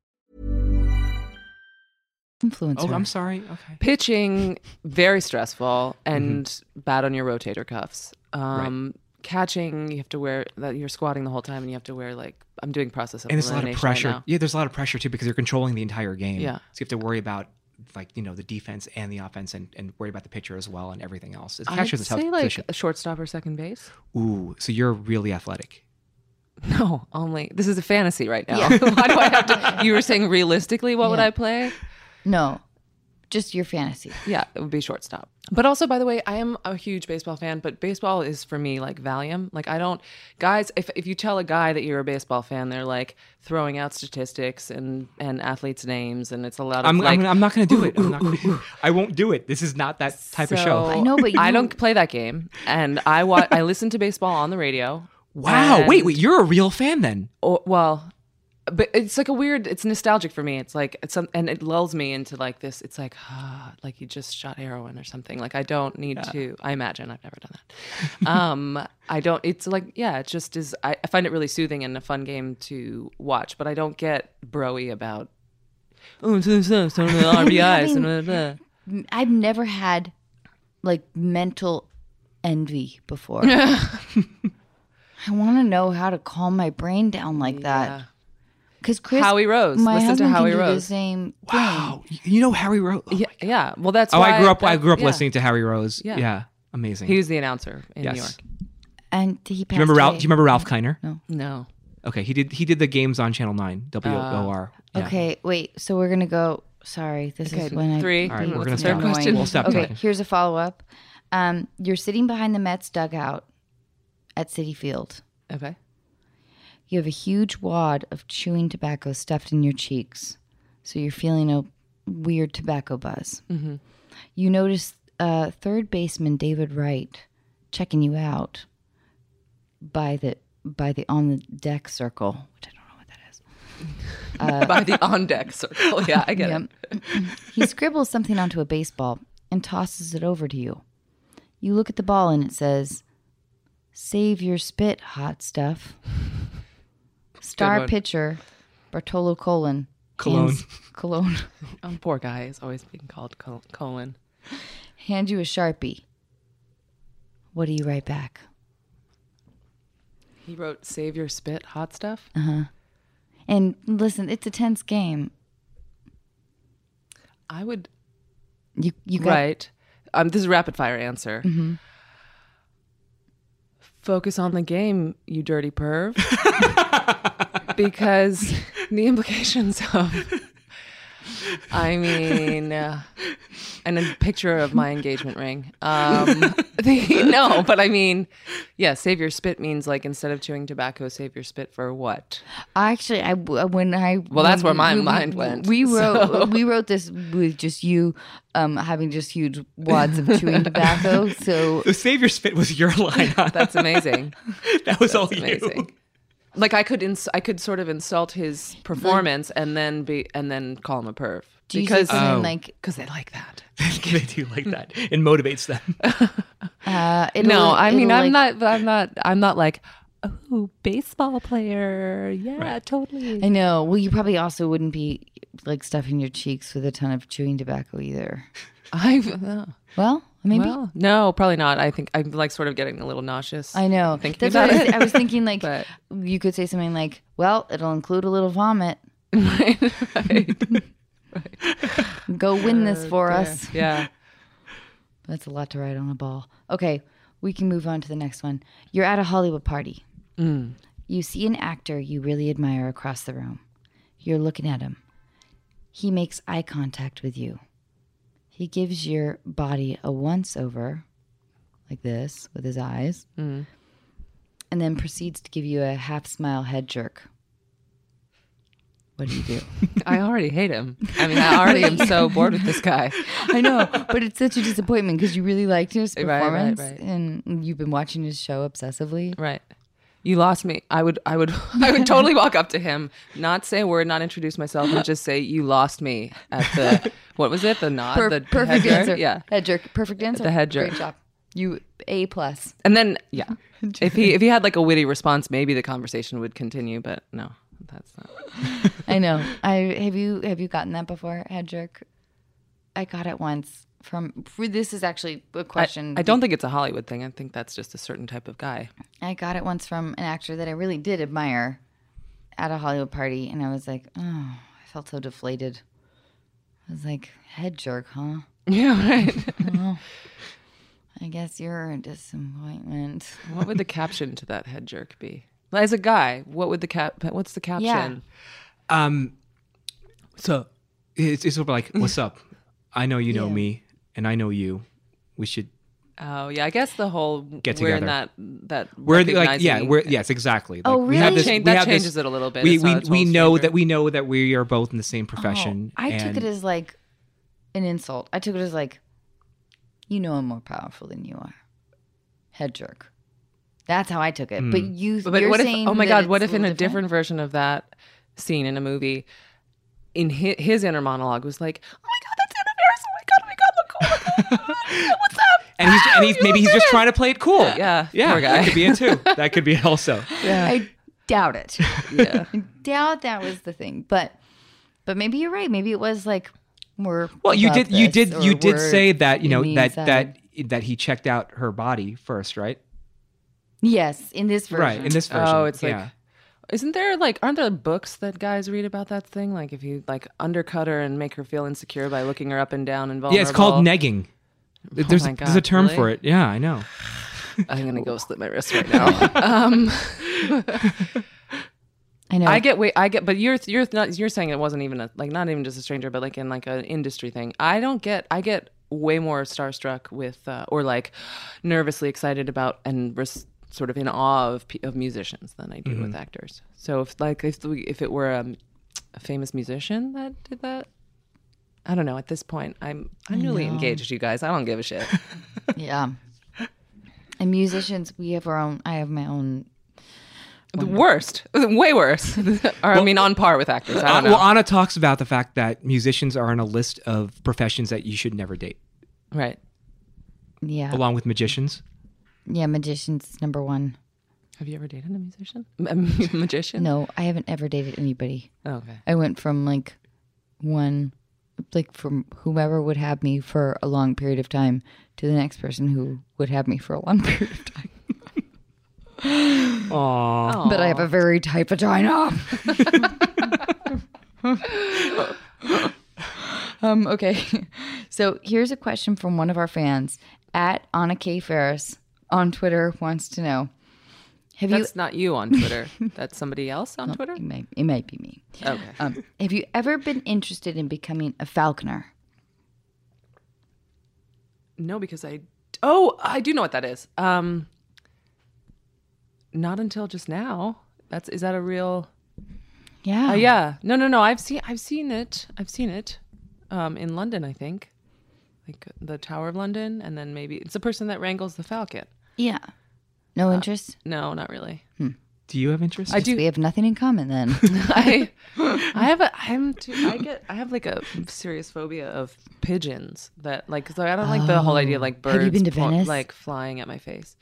Speaker 1: influencer.
Speaker 2: Oh, I'm sorry. Okay.
Speaker 3: Pitching very stressful
Speaker 2: Mm-hmm.
Speaker 3: and bad on your rotator cuffs. Um, Catching, you have to wear that. You're squatting the whole time, and you have to wear like I'm doing process of
Speaker 2: And it's a lot of
Speaker 3: elimination right
Speaker 2: pressure.
Speaker 3: now.
Speaker 2: yeah, there's a lot of pressure too because you're controlling the entire game.
Speaker 3: Yeah.
Speaker 2: So you have to worry about like you know the defense and the offense and, and worry about the pitcher as well and everything else. It's
Speaker 3: I'd
Speaker 2: catcher's a tough
Speaker 3: say like
Speaker 2: position.
Speaker 3: a shortstop or second base.
Speaker 2: Ooh, so you're really athletic.
Speaker 3: No, only this is a fantasy right now. Why do I have to? You were saying realistically, what would
Speaker 1: Yeah.
Speaker 3: I play?
Speaker 1: no, just your fantasy.
Speaker 3: Yeah, it would be shortstop. But also, by the way, I am a huge baseball fan, but baseball is for me like Valium. Like, I don't, guys, if, if you tell a guy that you're a baseball fan, they're like throwing out statistics and, and athletes' names, and it's a lot of
Speaker 2: I'm,
Speaker 3: like,
Speaker 2: I'm, I'm not going to do it. I'm not gonna, I won't do it. This is not that type of show.
Speaker 1: I know, but
Speaker 3: I
Speaker 1: you-
Speaker 3: don't play that game. And I wa- I listen to baseball on the radio.
Speaker 2: Wow. wait,
Speaker 3: and-
Speaker 2: wait. You're a real fan then.
Speaker 3: or, well but it's like a weird it's nostalgic for me it's like it's some and it lulls me into like this it's like ah, like you just shot heroin or something like i don't need to i imagine i've never done that um i don't it's like yeah it just is I, I find it really soothing and a fun game to watch but i don't get broy about oh so, so, so, the rbis and blah, blah, blah."
Speaker 1: I've never had like mental envy before. I want to know how to calm my brain down like
Speaker 2: oh
Speaker 1: that. Because Chris,
Speaker 3: Howie Rose.
Speaker 1: my
Speaker 3: Listen to
Speaker 1: husband can
Speaker 3: Howie
Speaker 1: do the
Speaker 3: Rose.
Speaker 1: same thing.
Speaker 2: Wow. You know Harry Rose. Oh,
Speaker 3: yeah, yeah well that's
Speaker 2: I
Speaker 3: why
Speaker 2: grew up. I
Speaker 3: that-
Speaker 2: grew up
Speaker 3: yeah.
Speaker 2: listening to Harry Rose. Yeah.
Speaker 3: Yeah.
Speaker 2: Amazing.
Speaker 3: he was the announcer in
Speaker 2: yes.
Speaker 3: new york
Speaker 1: And he
Speaker 2: Do
Speaker 1: passed
Speaker 2: you remember Ralph?
Speaker 1: away.
Speaker 2: Do you remember Ralph Kiner?
Speaker 3: no
Speaker 2: Okay, he did. He did the games on Channel Nine. W O R.
Speaker 3: Uh,
Speaker 2: Yeah.
Speaker 1: Okay, wait. So we're gonna go. Sorry, this is
Speaker 3: Okay,
Speaker 1: when I
Speaker 3: three.
Speaker 1: being
Speaker 3: All right, we're
Speaker 1: so
Speaker 3: gonna stop. Third
Speaker 1: annoying.
Speaker 3: question. We'll
Speaker 2: stop
Speaker 1: Okay,
Speaker 2: talking.
Speaker 1: here's a follow up. Um, you're sitting behind the Mets dugout at City Field.
Speaker 3: okay
Speaker 1: You have a huge wad of chewing tobacco stuffed in your cheeks, so you're feeling a weird tobacco buzz.
Speaker 3: Mm-hmm.
Speaker 1: You notice uh, third baseman David Wright checking you out by the by the on the deck circle, which I don't know what that is.
Speaker 2: Uh,
Speaker 3: by the on deck circle yeah i get it
Speaker 1: Yep. he scribbles something onto a baseball and tosses it over to you. You look at the ball and it says, Save your spit, hot stuff. Star
Speaker 3: one.
Speaker 1: pitcher, Bartolo Colon.
Speaker 2: Colon.
Speaker 1: hands- Colon.
Speaker 3: Um, poor guy is always being called Col- Colin.
Speaker 1: Hand you a Sharpie. What do you write back?
Speaker 3: He wrote "Save Your Spit" hot stuff.
Speaker 1: Uh, And listen, it's a tense game.
Speaker 3: I would
Speaker 1: You you got Mm-hmm.
Speaker 3: right. Um, this is a rapid fire answer. Focus on the game, you dirty perv, because the implications of. I mean, uh, and a picture of my engagement ring. Um, the, no, but I mean, yeah, save your spit means like instead of chewing tobacco, save your spit for what?
Speaker 1: I actually, I uh, when I well,
Speaker 3: that's where my mind went,
Speaker 1: We wrote we wrote this with just you um, having just huge wads of chewing tobacco. So
Speaker 2: The Savior Spit was your line. On.
Speaker 3: That's amazing.
Speaker 2: that was all you.
Speaker 3: amazing. Like I could ins- I could sort of insult his performance and then be and then call him a perv
Speaker 1: do you say
Speaker 3: because
Speaker 1: something
Speaker 2: Oh.
Speaker 1: like
Speaker 3: because they like that.
Speaker 2: they do like that. It motivates them.
Speaker 1: uh, it'll-
Speaker 3: No, I mean
Speaker 1: it'll,
Speaker 3: I'm
Speaker 1: like-
Speaker 3: not I'm not I'm not like
Speaker 5: Oh, baseball player. Yeah, totally.
Speaker 1: I know. Well, you probably also wouldn't be like stuffing your cheeks with a ton of chewing tobacco either.
Speaker 3: I
Speaker 1: Well, maybe
Speaker 3: well no probably not. I think I'm like sort of getting a little nauseous.
Speaker 1: I know.
Speaker 3: Thinking
Speaker 1: That's
Speaker 3: about
Speaker 1: what I was,
Speaker 3: it.
Speaker 1: I was thinking. Like
Speaker 3: But-
Speaker 1: you could say something like, "Well, it'll include a little vomit. Go win
Speaker 3: Oh,
Speaker 1: this for us."
Speaker 3: yeah.
Speaker 1: That's a lot to write on a ball. Okay, we can move on to the next one. You're at a Hollywood party. You see an actor you really admire across the room. You're looking at him. He makes eye contact with you. He gives your body a once over, like this, with his eyes, and then proceeds to give you a half smile head jerk. What do you do?
Speaker 3: I already hate him. I mean I already am so bored with this guy.
Speaker 1: I know, but it's such a disappointment because you really liked his
Speaker 3: Right, right,
Speaker 1: performance,
Speaker 3: right.
Speaker 1: and you've been watching his show obsessively.
Speaker 3: Right. You lost me. I would I would I would totally walk up to him, not say a word, not introduce myself, and just say, You lost me at the what was it? The nod?
Speaker 1: Per-
Speaker 3: Uh, the
Speaker 1: perfect
Speaker 3: head jerk?
Speaker 1: answer.
Speaker 3: Yeah.
Speaker 1: head jerk. Perfect answer.
Speaker 3: The head jerk.
Speaker 1: Great job. You a plus.
Speaker 3: And then yeah. If he if he had like a witty response, maybe the conversation would continue, but no, that's not
Speaker 1: I know. I have you have you gotten that before? Head jerk. I got it once from. For, this is actually a question.
Speaker 3: I, I don't think it's a Hollywood thing. I think that's just a certain type of guy.
Speaker 1: I got it once from an actor that I really did admire at a Hollywood party, and I was like, oh, I felt so deflated. I was like, head jerk, huh?
Speaker 3: Yeah, right.
Speaker 1: I guess you're a disappointment.
Speaker 3: what would the caption to that head jerk be? As a guy, what would the cap? What's the caption?
Speaker 2: Um, so it's, it's sort of like,
Speaker 3: Mm.
Speaker 2: what's up? I know you know me, and I know you. We should.
Speaker 3: Oh yeah, I guess the whole
Speaker 2: Get
Speaker 3: we're in
Speaker 2: together.
Speaker 3: that that
Speaker 2: We're the- like, yeah,
Speaker 3: recognizing-
Speaker 2: we're yes, exactly. Like,
Speaker 1: Oh,
Speaker 2: We have
Speaker 1: really?
Speaker 2: this,
Speaker 3: That
Speaker 2: we
Speaker 3: change- that
Speaker 2: have this-
Speaker 3: changes it a little bit.
Speaker 2: We
Speaker 3: It's Oh,
Speaker 2: we,
Speaker 3: not a
Speaker 2: we
Speaker 3: total
Speaker 2: know
Speaker 3: stranger.
Speaker 2: that we know that we are both in the same profession.
Speaker 1: Oh, I took it
Speaker 2: and-
Speaker 1: as like an insult. I took it as like, you know, I'm more powerful than you are. Head jerk. That's how I took it.
Speaker 2: Hmm.
Speaker 1: But you,
Speaker 3: But
Speaker 1: you're
Speaker 3: what if?
Speaker 1: saying
Speaker 3: Oh my
Speaker 1: that
Speaker 3: God!
Speaker 1: it's
Speaker 3: What if in a
Speaker 1: little
Speaker 3: different? version of that scene in a movie, in his, his inner monologue was like, "Oh my God, that's Anna Faris! Oh my God! Oh my God! Look cool! Look cool. What's up?"
Speaker 2: and he's, and he's maybe he's just trying to play it cool.
Speaker 3: Yeah,
Speaker 2: yeah,
Speaker 3: poor
Speaker 2: that
Speaker 3: guy.
Speaker 2: could be it too. That could be it also.
Speaker 1: I doubt it. I doubt that was the thing. But, but maybe you're right. Maybe it was like more.
Speaker 2: Well, you
Speaker 1: about
Speaker 2: did you
Speaker 1: this
Speaker 2: did
Speaker 1: or
Speaker 2: you did
Speaker 1: we're
Speaker 2: say that you know
Speaker 1: in the
Speaker 2: that
Speaker 3: um,
Speaker 1: inside.
Speaker 2: that that he checked out her body first, right?
Speaker 1: yes in this version.
Speaker 2: Right in this version.
Speaker 3: Oh, it's like.
Speaker 2: yeah.
Speaker 3: Isn't there like aren't there books that guys read about that thing? Like if you like undercut her and make her feel insecure by looking her up and down and vulnerable. Oh
Speaker 2: yeah, it's called negging. There's
Speaker 3: my
Speaker 2: there's a
Speaker 3: God,
Speaker 2: term for
Speaker 3: really?
Speaker 2: it. Yeah, I know.
Speaker 3: I'm gonna go slit my wrist right now. um,
Speaker 1: I know.
Speaker 3: I get wait, I get, but you're you're not you're saying it wasn't even a like not even just a stranger, but like in like an industry thing. I don't get. I get way more starstruck with uh, or like nervously excited about and res- sort of in awe of pe- of musicians than I do
Speaker 2: Mm-hmm.
Speaker 3: with actors. So if like if we, if it were um, a famous musician that did that. I don't know. At this point, I'm I'm newly engaged, you guys. I don't give a shit.
Speaker 1: yeah. And musicians, we have our own. I have my own.
Speaker 3: the worst, way worse. or I mean, on par with actors. I
Speaker 2: Uh,
Speaker 3: don't know.
Speaker 2: well, Anna talks about the fact that musicians are on a list of professions that you should never date,
Speaker 3: right. Oh.
Speaker 1: Yeah.
Speaker 2: along with magicians.
Speaker 1: Yeah. Magicians number one.
Speaker 3: Have you ever dated a musician? A mu- magician?
Speaker 1: No, I haven't ever dated anybody.
Speaker 3: Oh, okay.
Speaker 1: I went from like one, like from whomever would have me for a long period of time to the next person who would have me for a long period of time.
Speaker 2: Aww.
Speaker 1: But I have a very tight vagina. um, okay. So here's a question from one of our fans at Anna K. Ferris on Twitter wants to know Have you Mm.
Speaker 3: That's not you on Twitter. That's somebody else on Twitter?
Speaker 1: It might, it might be me.
Speaker 3: Okay.
Speaker 1: Um, have you ever been interested in becoming a falconer?
Speaker 3: No, because I. Oh, I do know what that is. Um, not until just now. That's is that a real?
Speaker 1: Yeah.
Speaker 3: Oh yeah. No, no, no. I've seen. I've seen it. I've seen it. Um, in London, I think, like the Tower of London, and then maybe it's the person that wrangles the falcon.
Speaker 1: Yeah.
Speaker 3: Uh,
Speaker 1: No interest?
Speaker 3: No, not really.
Speaker 2: Do you have interest?
Speaker 3: I do.
Speaker 1: We have nothing in common then.
Speaker 3: I I have a I'm too, I get I have like a serious phobia of pigeons that like so I don't like the whole idea of like birds
Speaker 1: Oh. Have you been to
Speaker 3: fl-
Speaker 1: Venice?
Speaker 3: like flying at my face.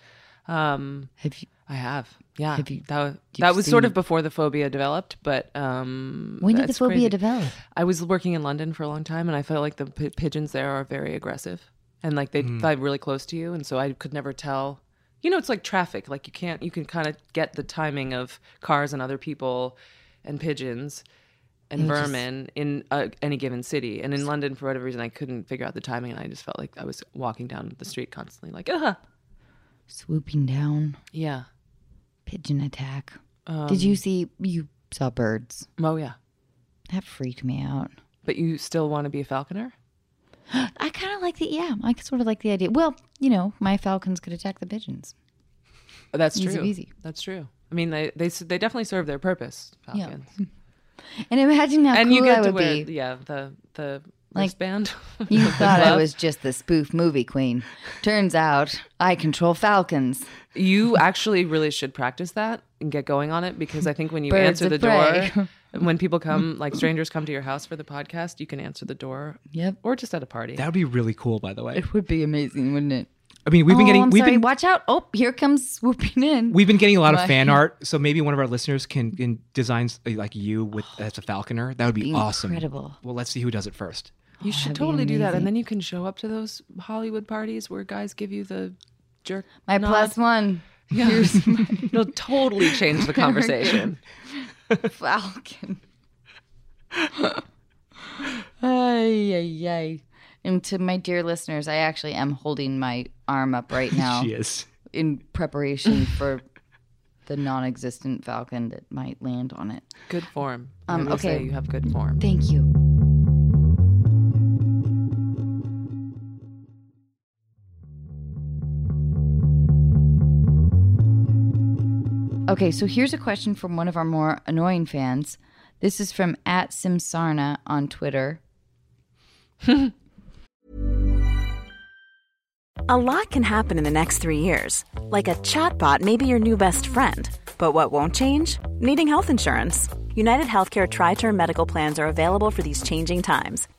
Speaker 3: Um
Speaker 1: have you,
Speaker 3: I have. Yeah.
Speaker 1: Have you-
Speaker 3: that was,
Speaker 1: you've
Speaker 3: that was sort
Speaker 1: seen-
Speaker 3: of before the phobia developed, but um
Speaker 1: when did the
Speaker 3: that's
Speaker 1: phobia
Speaker 3: crazy.
Speaker 1: develop?
Speaker 3: I was working in London for a long time and I felt like the p- pigeons there are very aggressive and like they
Speaker 1: Hmm.
Speaker 3: fly really close to you and so I could never tell. You know, it's like traffic. Like you can't you can kind of get the timing of cars and other people and pigeons and vermin in uh, any given city. And in London for whatever reason I couldn't figure out the timing and I just felt like I was walking down the street constantly like, "Uh-huh."
Speaker 1: Swooping down,
Speaker 3: Yeah.
Speaker 1: pigeon attack. did you see, you saw birds?
Speaker 3: Um, Oh yeah.
Speaker 1: That freaked me out.
Speaker 3: But you still want to be a falconer?
Speaker 1: I kind of like the, yeah, I sort of like the idea. Well, you know, my falcons could attack the pigeons.
Speaker 3: Oh, That's
Speaker 1: Easy
Speaker 3: true.
Speaker 1: peasy.
Speaker 3: That's true. I mean, they, they s- they definitely serve their purpose, falcons.
Speaker 1: And imagine how
Speaker 3: and
Speaker 1: cool
Speaker 3: you get
Speaker 1: I
Speaker 3: to
Speaker 1: would
Speaker 3: wear
Speaker 1: be.
Speaker 3: yeah the the
Speaker 1: Like-
Speaker 3: wristband.
Speaker 1: You thought I
Speaker 3: glove.
Speaker 1: was just the spoof movie queen. Turns out I control falcons.
Speaker 3: you actually really should practice that and get going on it because I think when you
Speaker 1: Birds
Speaker 3: answer
Speaker 1: of
Speaker 3: the
Speaker 1: prey.
Speaker 3: door, when people come like strangers come to your house for the podcast, you can answer the door.
Speaker 1: Yep.
Speaker 3: Or just at a party.
Speaker 2: That would be really cool, by the way.
Speaker 1: It would be amazing, wouldn't it?
Speaker 2: I mean, we've been
Speaker 1: oh,
Speaker 2: getting
Speaker 1: I'm
Speaker 2: we've
Speaker 1: sorry.
Speaker 2: been
Speaker 1: Watch out! Oh, here comes swooping in.
Speaker 2: we've been getting a lot of
Speaker 1: My-
Speaker 2: fan art. So maybe one of our listeners can, can design s- like you with as a falconer. That would be,
Speaker 1: be
Speaker 2: awesome.
Speaker 1: incredible.
Speaker 2: Well, let's see who does it first.
Speaker 3: You should
Speaker 1: that'd be
Speaker 3: totally do that,
Speaker 1: amazing.
Speaker 3: and then you can show up to those Hollywood parties where guys give you the jerk.
Speaker 1: My
Speaker 3: nod.
Speaker 1: plus one.
Speaker 3: Yeah. It'll totally change the conversation.
Speaker 1: Falcon. ay, ay, ay. And to my dear listeners, I actually am holding my arm up right now
Speaker 2: She is.
Speaker 1: in preparation for the non existent falcon that might land on it.
Speaker 3: Good form.
Speaker 1: Um,
Speaker 3: Um, okay,
Speaker 1: okay.
Speaker 3: you have good form.
Speaker 1: Thank you. Okay, so here's a question from one of our more annoying fans. This is from at Simsarna on Twitter.
Speaker 6: A lot can happen in the next three years. Like a chatbot may be your new best friend. But what won't change? Needing health insurance. United Healthcare Tri Term Medical Plans are available for these changing times.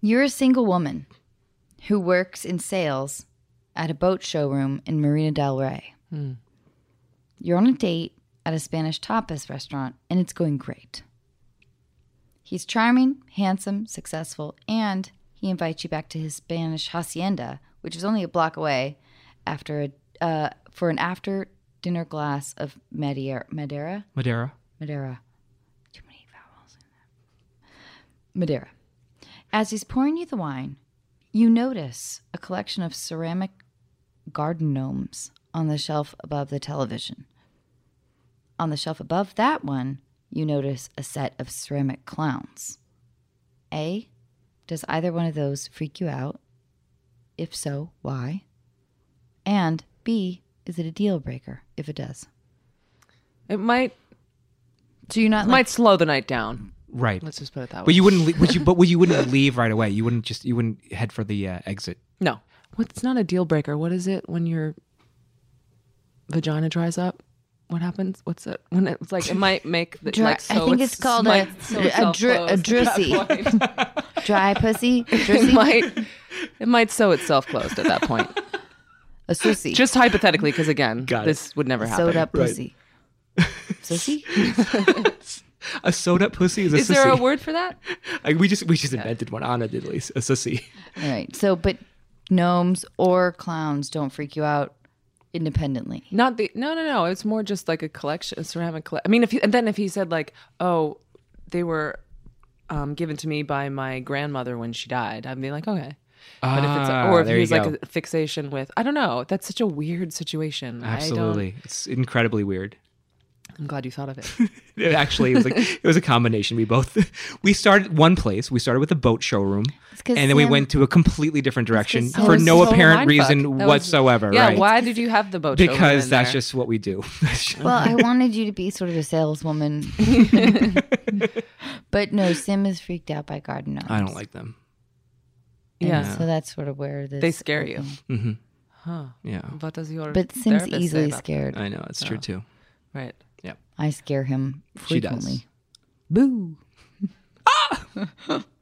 Speaker 1: You're a single woman who works in sales at a boat showroom in Marina del Rey. You're on a date at a Spanish tapas restaurant, and it's going great. He's charming, handsome, successful, and he invites you back to his Spanish hacienda, which is only a block away, after a uh, for an after dinner glass of Madeira. Madeira.
Speaker 2: Madeira.
Speaker 1: Madeira. Too many vowels in that. Madeira. As he's pouring you the wine, you notice a collection of ceramic garden gnomes on the shelf above the television. On the shelf above that one, you notice a set of ceramic clowns. A. Does either one of those freak you out? If so, why? And B. Is it a deal breaker if it does?
Speaker 3: It might
Speaker 1: So you're not
Speaker 3: it
Speaker 1: like,
Speaker 3: might slow the night down.
Speaker 2: Right.
Speaker 3: Let's just put it that way.
Speaker 2: But you wouldn't. le- Would you? But would you wouldn't leave right away. You wouldn't just. You wouldn't head for the uh, exit.
Speaker 3: no, what's not a deal breaker? What is it when your vagina dries up? What happens? What's it when it's like it might make the,
Speaker 1: Dry-
Speaker 3: like
Speaker 1: I
Speaker 3: so
Speaker 1: think it's called a-
Speaker 3: might sew
Speaker 1: a
Speaker 3: itself
Speaker 1: dri- a
Speaker 3: closed at that
Speaker 1: drissy.
Speaker 3: point.
Speaker 1: dry pussy?
Speaker 3: it
Speaker 1: Jersey?
Speaker 3: might it might sew itself closed at that point.
Speaker 1: A sushi.
Speaker 3: Just hypothetically, because again,
Speaker 2: Got it.
Speaker 3: this would never happen.
Speaker 1: Sewed up pussy. Sushi?
Speaker 2: A soda pussy is a
Speaker 3: Is there a
Speaker 2: sissy.
Speaker 3: word for that?
Speaker 2: Like, we just we just invented one. Anna did at least a sissy.
Speaker 1: All right. So, but gnomes or clowns don't freak you out independently.
Speaker 3: Not the no no no. It's more just like a collection, a ceramic. Colle- I mean, if he, and then if he said like, oh, they were um, given to me by my grandmother when she died, I'd be like, okay. But if it's
Speaker 2: Ah,
Speaker 3: or if
Speaker 2: there
Speaker 3: he's
Speaker 2: you
Speaker 3: like
Speaker 2: go.
Speaker 3: a fixation with, I don't know. That's such a weird situation. I
Speaker 2: Absolutely, it's incredibly weird.
Speaker 3: don't, I'm glad you thought of it.
Speaker 2: It actually, it was like it was a combination. We both we started one place. We started with a boat showroom,
Speaker 1: 'cause
Speaker 2: and then we
Speaker 1: Sam-
Speaker 2: went to a completely different direction
Speaker 1: 'cause Sam-
Speaker 2: for
Speaker 1: That
Speaker 2: no
Speaker 1: was
Speaker 3: so
Speaker 2: apparent
Speaker 3: mindfuck. That
Speaker 2: reason
Speaker 3: was-
Speaker 2: whatsoever.
Speaker 3: yeah.
Speaker 2: right?
Speaker 3: Why did you have the boat? showroom
Speaker 2: Because
Speaker 3: in
Speaker 2: that's
Speaker 3: there?
Speaker 2: just what we do.
Speaker 1: Well, I wanted you to be sort of a saleswoman. but no, Sim is freaked out by garden gnomes.
Speaker 2: I don't like them.
Speaker 1: And
Speaker 3: yeah.
Speaker 1: So that's sort of where this.
Speaker 3: They scare you. Huh.
Speaker 2: Yeah,
Speaker 3: What does your
Speaker 1: But Sim's
Speaker 3: therapist say
Speaker 1: easily
Speaker 3: about that?
Speaker 1: scared.
Speaker 2: I know
Speaker 3: Oh.
Speaker 2: it's true too.
Speaker 3: Right.
Speaker 1: I scare him
Speaker 2: She does.
Speaker 1: frequently. Boo.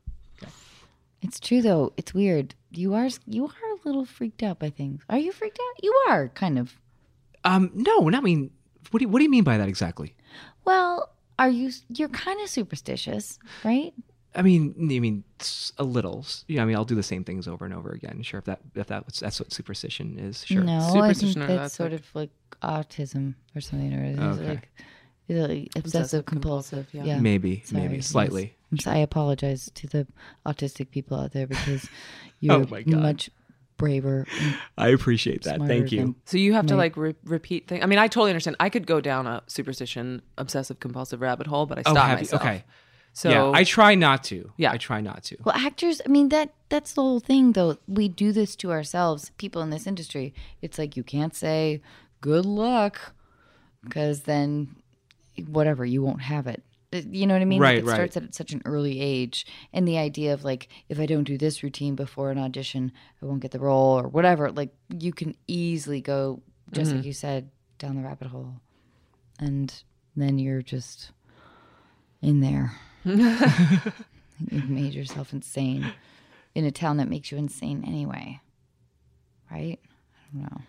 Speaker 1: it's true though. It's weird. You are you are a little freaked out by things. Are you freaked out? You are kind of.
Speaker 2: Um, no, not mean. What do you, what do you mean by that exactly?
Speaker 1: Well, are you? You're kind of superstitious, right?
Speaker 2: I mean, I mean s- a little. S- Yeah, I mean, I'll do the same things over and over again. Sure, if that if that was, that's what superstition is. Sure.
Speaker 1: No, I think
Speaker 3: Superstition or
Speaker 1: that's,
Speaker 3: that's
Speaker 1: sort of like autism or something, or is it
Speaker 2: Okay.
Speaker 1: like, is it like obsessive compulsive.
Speaker 3: yeah.
Speaker 1: yeah.
Speaker 2: Maybe,
Speaker 1: Sorry,
Speaker 2: maybe
Speaker 1: yes.
Speaker 2: slightly.
Speaker 1: I'm so- I apologize to the autistic people out there because
Speaker 2: Oh
Speaker 1: you're
Speaker 2: my God.
Speaker 1: much braver. and
Speaker 2: I appreciate that.
Speaker 1: smarter
Speaker 2: Thank you.
Speaker 1: than
Speaker 3: So you have to
Speaker 1: me.
Speaker 3: like re- repeat things. I mean, I totally understand. I could go down a superstition, obsessive compulsive rabbit hole, but I
Speaker 2: Oh,
Speaker 3: stop
Speaker 2: have you?
Speaker 3: myself.
Speaker 2: Okay.
Speaker 3: So
Speaker 2: yeah, I try not to.
Speaker 3: Yeah.
Speaker 2: I try not to.
Speaker 1: Well, actors, I mean that that's the whole thing though. We do this to ourselves, people in this industry. It's like you can't say good luck cuz then whatever, you won't have it. It- You know what I mean?
Speaker 2: Right,
Speaker 1: like it
Speaker 2: right.
Speaker 1: starts at such an early age and the idea of like if I don't do this routine before an audition, I won't get the role or whatever. Like you can easily go just
Speaker 2: Mm-hmm.
Speaker 1: like you said down the rabbit hole. And then you're just in there. You've Mm-hmm. made yourself insane in a town that makes you insane anyway. Right? I don't know.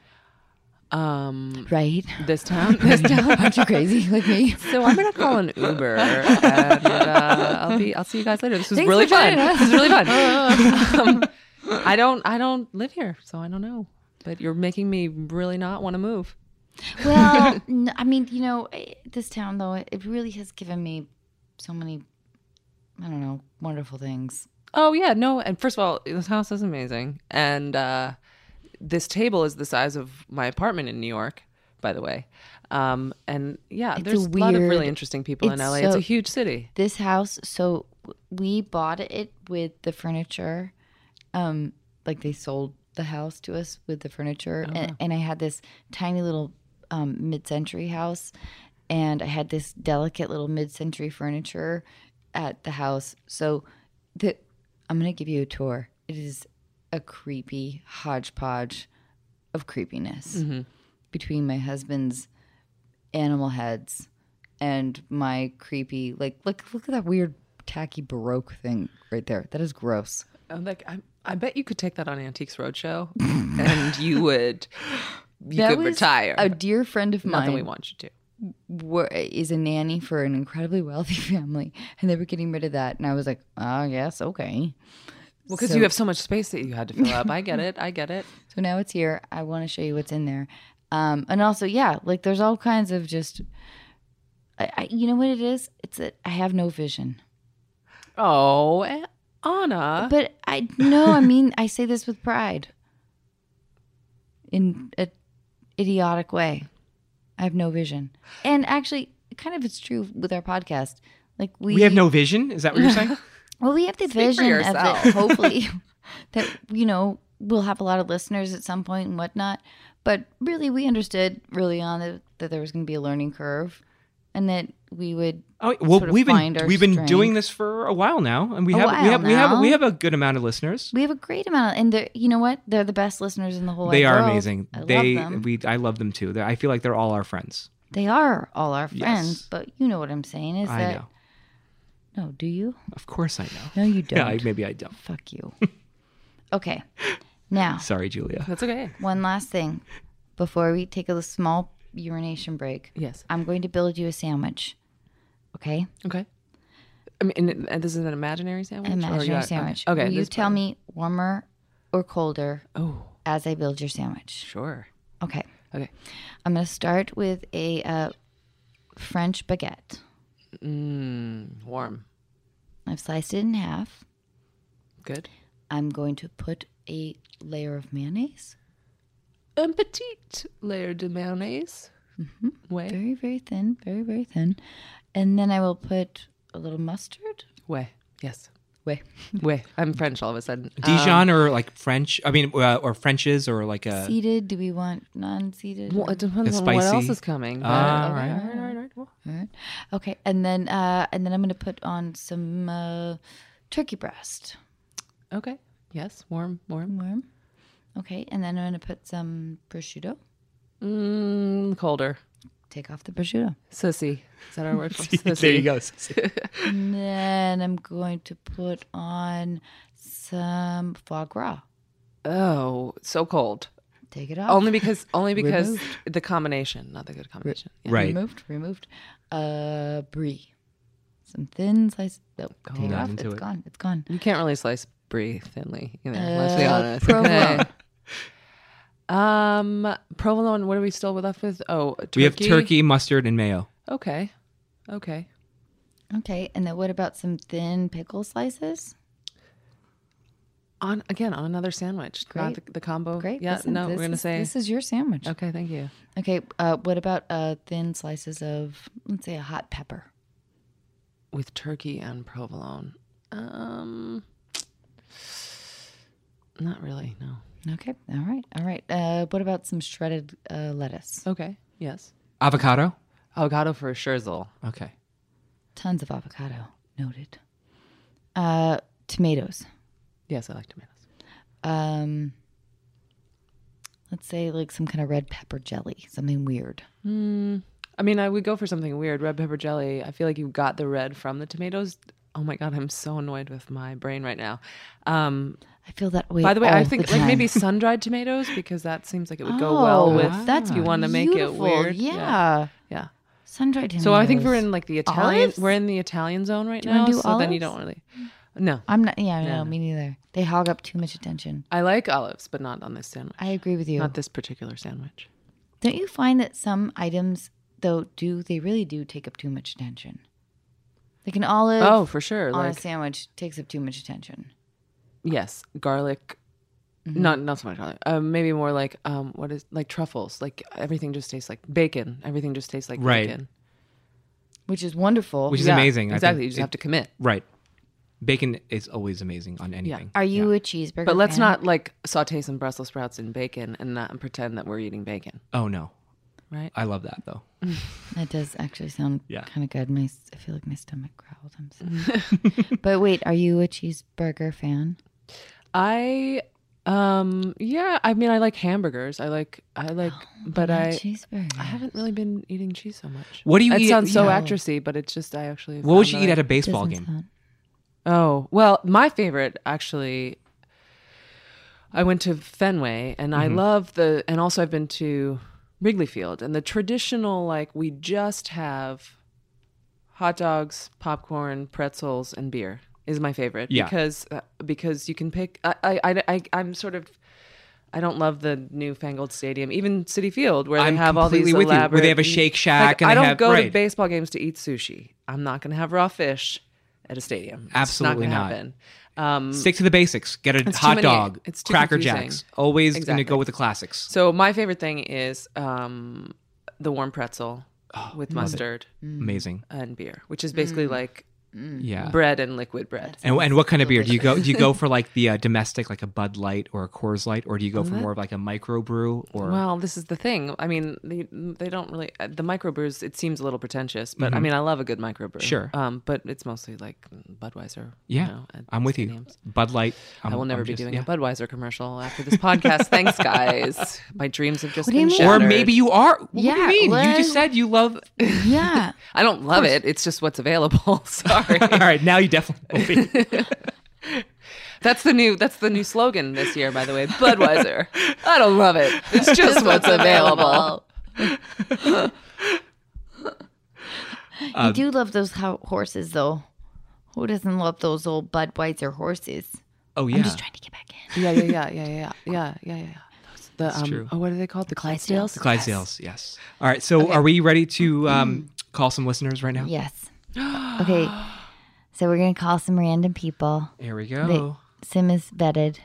Speaker 3: um
Speaker 1: Right?
Speaker 3: this town, this town.
Speaker 1: Aren't you crazy like me?
Speaker 3: So I'm gonna call an Uber, and uh, I'll be. I'll see you guys later. This was
Speaker 1: Thanks
Speaker 3: really
Speaker 1: for
Speaker 3: fun.
Speaker 1: joining us.
Speaker 3: This is really fun. um, I don't. I don't live here, so I don't know. But you're making me really not want to move.
Speaker 1: Well, n- I mean, you know, eh, this town though, it- it really has given me so many, I don't know, wonderful things.
Speaker 3: Oh yeah, no. And first of all, this house is amazing, and uh, this table is the size of my apartment in New York, by the way. Um, and yeah,
Speaker 1: It's a
Speaker 3: there's a, lot of
Speaker 1: weird-
Speaker 3: really interesting people in
Speaker 1: it's
Speaker 3: LA. it's
Speaker 1: so-
Speaker 3: a huge city.
Speaker 1: This house, so w- we bought it with the furniture. Um, like they sold the house to us with the furniture, and, and I had this tiny little um, mid-century house, and I had this delicate little mid-century furniture at the house. So, the I'm gonna give you a tour. It is a creepy hodgepodge of creepiness between my husband's animal heads and my creepy like look look at that weird tacky baroque thing right there that is gross
Speaker 3: I'm like, I, I bet you could take that on Antiques Roadshow, and you would. You
Speaker 1: that
Speaker 3: could
Speaker 1: was
Speaker 3: retire.
Speaker 1: a dear friend of
Speaker 3: Not that we
Speaker 1: mine
Speaker 3: want you to.
Speaker 1: wa- is a nanny for an incredibly wealthy family and they were getting rid of that and i was like oh yes okay
Speaker 3: Well, because
Speaker 1: So-
Speaker 3: you have so much space that you had to fill up. I get it. I get it.
Speaker 1: so now it's here i want to show you what's in there um and also yeah like there's all kinds of just I, I, you know what it is it's that i have no vision
Speaker 3: Oh, eh, Anna.
Speaker 1: But I no, I mean I say this with pride. In a idiotic way. I have no vision. And actually kind of it's true with our podcast. Like we,
Speaker 2: We, have no vision. Is that what you're saying?
Speaker 1: Well, we have the
Speaker 3: for
Speaker 1: vision of
Speaker 3: yourself.
Speaker 1: it, hopefully that you know, we'll have a lot of listeners at some point and whatnot. But really we understood early on that, that there was gonna be a learning curve and that we would
Speaker 2: Oh, well,
Speaker 1: sort of
Speaker 2: we've been
Speaker 1: find our
Speaker 2: we've been doing
Speaker 1: strength.
Speaker 2: this for a while now, and we
Speaker 1: A
Speaker 2: have we
Speaker 1: while
Speaker 2: have we have
Speaker 1: now.
Speaker 2: we have a good amount of listeners.
Speaker 1: we have a great amount of, and they're, you know what? They're the best listeners in the whole
Speaker 2: they
Speaker 1: wide
Speaker 2: are
Speaker 1: world.
Speaker 2: amazing.
Speaker 1: I love
Speaker 2: they
Speaker 1: them.
Speaker 2: we I love them too. They're, I feel like they're all our friends.
Speaker 1: They are all our friends,
Speaker 2: Yes.
Speaker 1: but you know what I'm saying is
Speaker 2: I
Speaker 1: that
Speaker 2: know.
Speaker 1: no, do you?
Speaker 2: Of course, I know.
Speaker 1: No, you
Speaker 2: Yeah, I,
Speaker 1: don't.
Speaker 2: maybe I don't.
Speaker 1: Fuck you. okay, now
Speaker 2: Sorry, Julia.
Speaker 3: That's okay.
Speaker 1: one last thing before we take a small urination break.
Speaker 3: Yes.
Speaker 1: I'm going to build you a sandwich. Okay,
Speaker 3: Okay. I mean, and, and this is an imaginary
Speaker 2: Oh,
Speaker 3: sandwich. or
Speaker 1: imaginary
Speaker 3: you- okay.
Speaker 1: sandwich.
Speaker 3: Okay.
Speaker 1: Will you
Speaker 3: this-
Speaker 1: tell me warmer or colder
Speaker 3: Oh,
Speaker 1: as I build your sandwich?
Speaker 3: sure.
Speaker 1: Okay.
Speaker 3: Okay.
Speaker 1: I'm going to start with a uh, French baguette.
Speaker 3: Mm, warm.
Speaker 1: I've sliced it in half.
Speaker 3: Good.
Speaker 1: I'm going to put a layer of mayonnaise.
Speaker 3: Un petit layer de mayonnaise. Mm-hmm. Way.
Speaker 1: Very, very thin, very, very thin. And then I will put a little mustard.
Speaker 3: Way. Yes.
Speaker 1: Wait.
Speaker 3: Way. I'm French all of a sudden.
Speaker 2: Dijon or like French? I mean, uh, or Frenches or like a.
Speaker 1: Seeded? Do we want non seeded?
Speaker 3: Um, well, it depends on what
Speaker 2: spicy.
Speaker 3: else is coming. but-
Speaker 2: Ah,
Speaker 3: okay,
Speaker 2: right.
Speaker 3: all right, all right, all right. Well,
Speaker 1: Okay. And then uh and then I'm gonna put on some uh turkey breast.
Speaker 3: Okay. Yes. Warm. Warm.
Speaker 1: Warm. Okay, and then I'm gonna put some prosciutto.
Speaker 3: Mm, colder.
Speaker 1: Take off the prosciutto.
Speaker 3: Sissy. Is that our word for sissy?
Speaker 2: there you go.
Speaker 1: And then I'm going to put on some foie gras.
Speaker 3: Oh, so cold.
Speaker 1: Take it off.
Speaker 3: Only because only because the combination, not the good combination. Yeah.
Speaker 2: right.
Speaker 1: Removed, removed. Uh, brie. Some thin slice. No, take it
Speaker 2: not
Speaker 1: off.
Speaker 2: into
Speaker 1: It's
Speaker 2: it.
Speaker 1: gone. It's gone.
Speaker 3: You can't really slice brie thinly either. let's be
Speaker 1: Uh,
Speaker 3: honest.
Speaker 1: provolone.
Speaker 3: Um, provolone. What are we still left with? Oh, turkey.
Speaker 2: We have turkey, mustard, and mayo.
Speaker 3: Okay, okay.
Speaker 1: Okay, and then what about some thin pickle slices?
Speaker 3: on again on another sandwich. Not
Speaker 1: Great.
Speaker 3: the, the combo.
Speaker 1: Great.
Speaker 3: Yeah.
Speaker 1: listen,
Speaker 3: no, we're
Speaker 1: this
Speaker 3: gonna
Speaker 1: is-
Speaker 3: say
Speaker 1: this is your sandwich.
Speaker 3: Okay, thank you.
Speaker 1: Okay. Uh, what about uh, thin slices of, let's say, a hot pepper?
Speaker 3: with turkey and provolone. Um, not really. No.
Speaker 1: Okay. All right. All right. Uh, what about some shredded uh, lettuce?
Speaker 3: Okay. Yes.
Speaker 2: Avocado?
Speaker 3: Avocado for a scherzel.
Speaker 2: Okay.
Speaker 1: Tons of avocado. Noted. Uh, tomatoes.
Speaker 3: Yes, I like tomatoes.
Speaker 1: Um, let's say like some kind of red pepper jelly, something weird.
Speaker 3: Mm, I mean, I would go for something weird. Red pepper jelly. I feel like you got the red from the tomatoes. Oh my god, I'm so annoyed with my brain right now. Um,
Speaker 1: I feel that way.
Speaker 3: by the way,
Speaker 1: all
Speaker 3: I think like
Speaker 1: time.
Speaker 3: maybe sun dried tomatoes because that seems like it would go well
Speaker 1: Oh,
Speaker 3: with.
Speaker 1: that's
Speaker 3: if you want to make it
Speaker 1: beautiful.
Speaker 3: weird.
Speaker 1: Yeah.
Speaker 3: Yeah.
Speaker 1: Sun dried tomatoes.
Speaker 3: So I think we're in like the Italian.
Speaker 1: Olives?
Speaker 3: We're in the Italian zone right
Speaker 1: Do you
Speaker 3: now.
Speaker 1: wanna do
Speaker 3: so then
Speaker 1: olives?
Speaker 3: you don't really. No,
Speaker 1: I'm not. Yeah,
Speaker 3: No,
Speaker 1: no,
Speaker 3: no.
Speaker 1: me neither. They hog up too much attention.
Speaker 3: I like olives, but not on this sandwich.
Speaker 1: I agree with you.
Speaker 3: Not this particular sandwich.
Speaker 1: Don't you find that some items, though, do they really do take up too much attention? Like an olive
Speaker 3: Oh, for sure.
Speaker 1: on
Speaker 3: Like
Speaker 1: a sandwich takes up too much attention. Mm-hmm.
Speaker 3: yes, garlic. Not not so much garlic. Uh, maybe more like um, what is like truffles? Like everything just tastes like bacon. Everything just tastes like
Speaker 2: Right.
Speaker 3: bacon.
Speaker 1: Which is wonderful.
Speaker 2: Which is
Speaker 3: Yeah,
Speaker 2: amazing. I
Speaker 3: Exactly.
Speaker 2: think
Speaker 3: You just
Speaker 2: it-
Speaker 3: have to commit.
Speaker 2: Right. Bacon is always amazing on anything.
Speaker 1: Are you a cheeseburger?
Speaker 3: But let's
Speaker 1: fan?
Speaker 3: not like saute some Brussels sprouts in bacon and not pretend that we're eating bacon.
Speaker 2: Oh no.
Speaker 3: Right.
Speaker 2: I love that though.
Speaker 1: That does actually sound
Speaker 2: Yeah.
Speaker 1: kind of good. My, I feel like my stomach growled. I'm
Speaker 3: Mm-hmm.
Speaker 1: sorry. but wait, are you a cheeseburger fan?
Speaker 3: I um yeah, I mean I like hamburgers. I like I like but
Speaker 1: Not
Speaker 3: I
Speaker 1: cheeseburger.
Speaker 3: I haven't really been eating cheese so much.
Speaker 2: What do you
Speaker 3: That
Speaker 2: eat-
Speaker 3: sounds so
Speaker 2: yeah.
Speaker 3: actressy, but it's just I actually
Speaker 2: What would
Speaker 3: found
Speaker 2: you
Speaker 3: that
Speaker 2: eat
Speaker 3: I-
Speaker 2: at a baseball
Speaker 1: Doesn't
Speaker 2: game?
Speaker 1: sound-
Speaker 3: Oh, well, my favorite actually. I went to Fenway and
Speaker 2: Mm-hmm.
Speaker 3: I love the, and also I've been to Wrigley Field and the traditional, like, we just have hot dogs, popcorn, pretzels, and beer is my favorite.
Speaker 2: Yeah.
Speaker 3: Because, uh, because you can pick, I, I, I, I, I'm sort of, I don't love the newfangled stadium, even City Field, where
Speaker 2: I'm
Speaker 3: they have all these
Speaker 2: completely with you, where
Speaker 3: elaborate.
Speaker 2: they have a Shake Shack
Speaker 3: Like,
Speaker 2: and they
Speaker 3: I don't
Speaker 2: have-
Speaker 3: go to
Speaker 2: right.
Speaker 3: baseball games to eat sushi. I'm not going to have raw fish at a stadium. It's
Speaker 2: Absolutely
Speaker 3: not.
Speaker 2: not.
Speaker 3: gonna Happen. Um,
Speaker 2: Stick to the basics. Get a
Speaker 3: It's too
Speaker 2: hot
Speaker 3: many-
Speaker 2: dog.
Speaker 3: it's too
Speaker 2: Cracker
Speaker 3: confusing.
Speaker 2: Jacks. Always
Speaker 3: Exactly.
Speaker 2: gonna go with the classics.
Speaker 3: so my favorite thing is um, the warm pretzel
Speaker 2: Oh,
Speaker 3: with mustard
Speaker 2: Amazing.
Speaker 3: and beer, which is basically
Speaker 1: Mm.
Speaker 3: like
Speaker 2: Yeah.
Speaker 3: Mm. bread and liquid bread.
Speaker 2: And, and what kind of beer do you go? Do you go for like the uh, domestic, like a Bud Light or a Coors Light, or do you go for more of like a microbrew? Or
Speaker 3: Well, this is the thing. I mean, they, they don't really uh, the microbrews. It seems a little pretentious, but I mean, I love a good microbrew.
Speaker 2: Mm-hmm. Sure.
Speaker 3: Um, but it's mostly like Budweiser. you
Speaker 2: yeah,
Speaker 3: know, at
Speaker 2: I'm with
Speaker 3: stadiums.
Speaker 2: you. Bud Light. I'm,
Speaker 3: I will never
Speaker 2: I'm
Speaker 3: be
Speaker 2: just-
Speaker 3: doing
Speaker 2: yeah.
Speaker 3: a Budweiser commercial after this podcast. Thanks, guys. My dreams have just
Speaker 1: What do you
Speaker 3: been
Speaker 1: mean?
Speaker 2: Or
Speaker 3: shattered.
Speaker 2: maybe you are. What do
Speaker 1: Yeah,
Speaker 2: you mean? You
Speaker 1: well-
Speaker 2: just said you love.
Speaker 1: Yeah.
Speaker 3: I don't love it. It's just what's available. Sorry.
Speaker 2: All right, now you definitely will be.
Speaker 3: That's the new that's the new slogan this year, by the way. Budweiser. I don't love it. It's just, what's available.
Speaker 2: Um,
Speaker 1: I do love those ho- horses, though. Who doesn't love those old Budweiser horses?
Speaker 2: Oh yeah.
Speaker 1: I'm just trying to get back in.
Speaker 3: Yeah, yeah, yeah, yeah, yeah, yeah, yeah, yeah, yeah. The um,
Speaker 2: true.
Speaker 3: oh, what are they called? The Clydesdales.
Speaker 2: Clydesdales. Yes. All right. So are we ready to
Speaker 3: Mm-hmm.
Speaker 2: um, call some listeners right now?
Speaker 1: Yes. okay. So we're gonna call some random people.
Speaker 2: Here we
Speaker 1: They-
Speaker 2: go.
Speaker 1: Sim is vetted,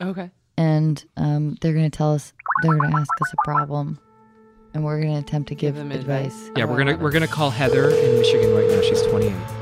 Speaker 3: Okay.
Speaker 1: and um, they're gonna tell us. They're gonna ask us a problem, and we're gonna attempt to give,
Speaker 3: them
Speaker 1: advice.
Speaker 2: yeah, we're gonna we're gonna call Heather in Michigan right now. She's 28.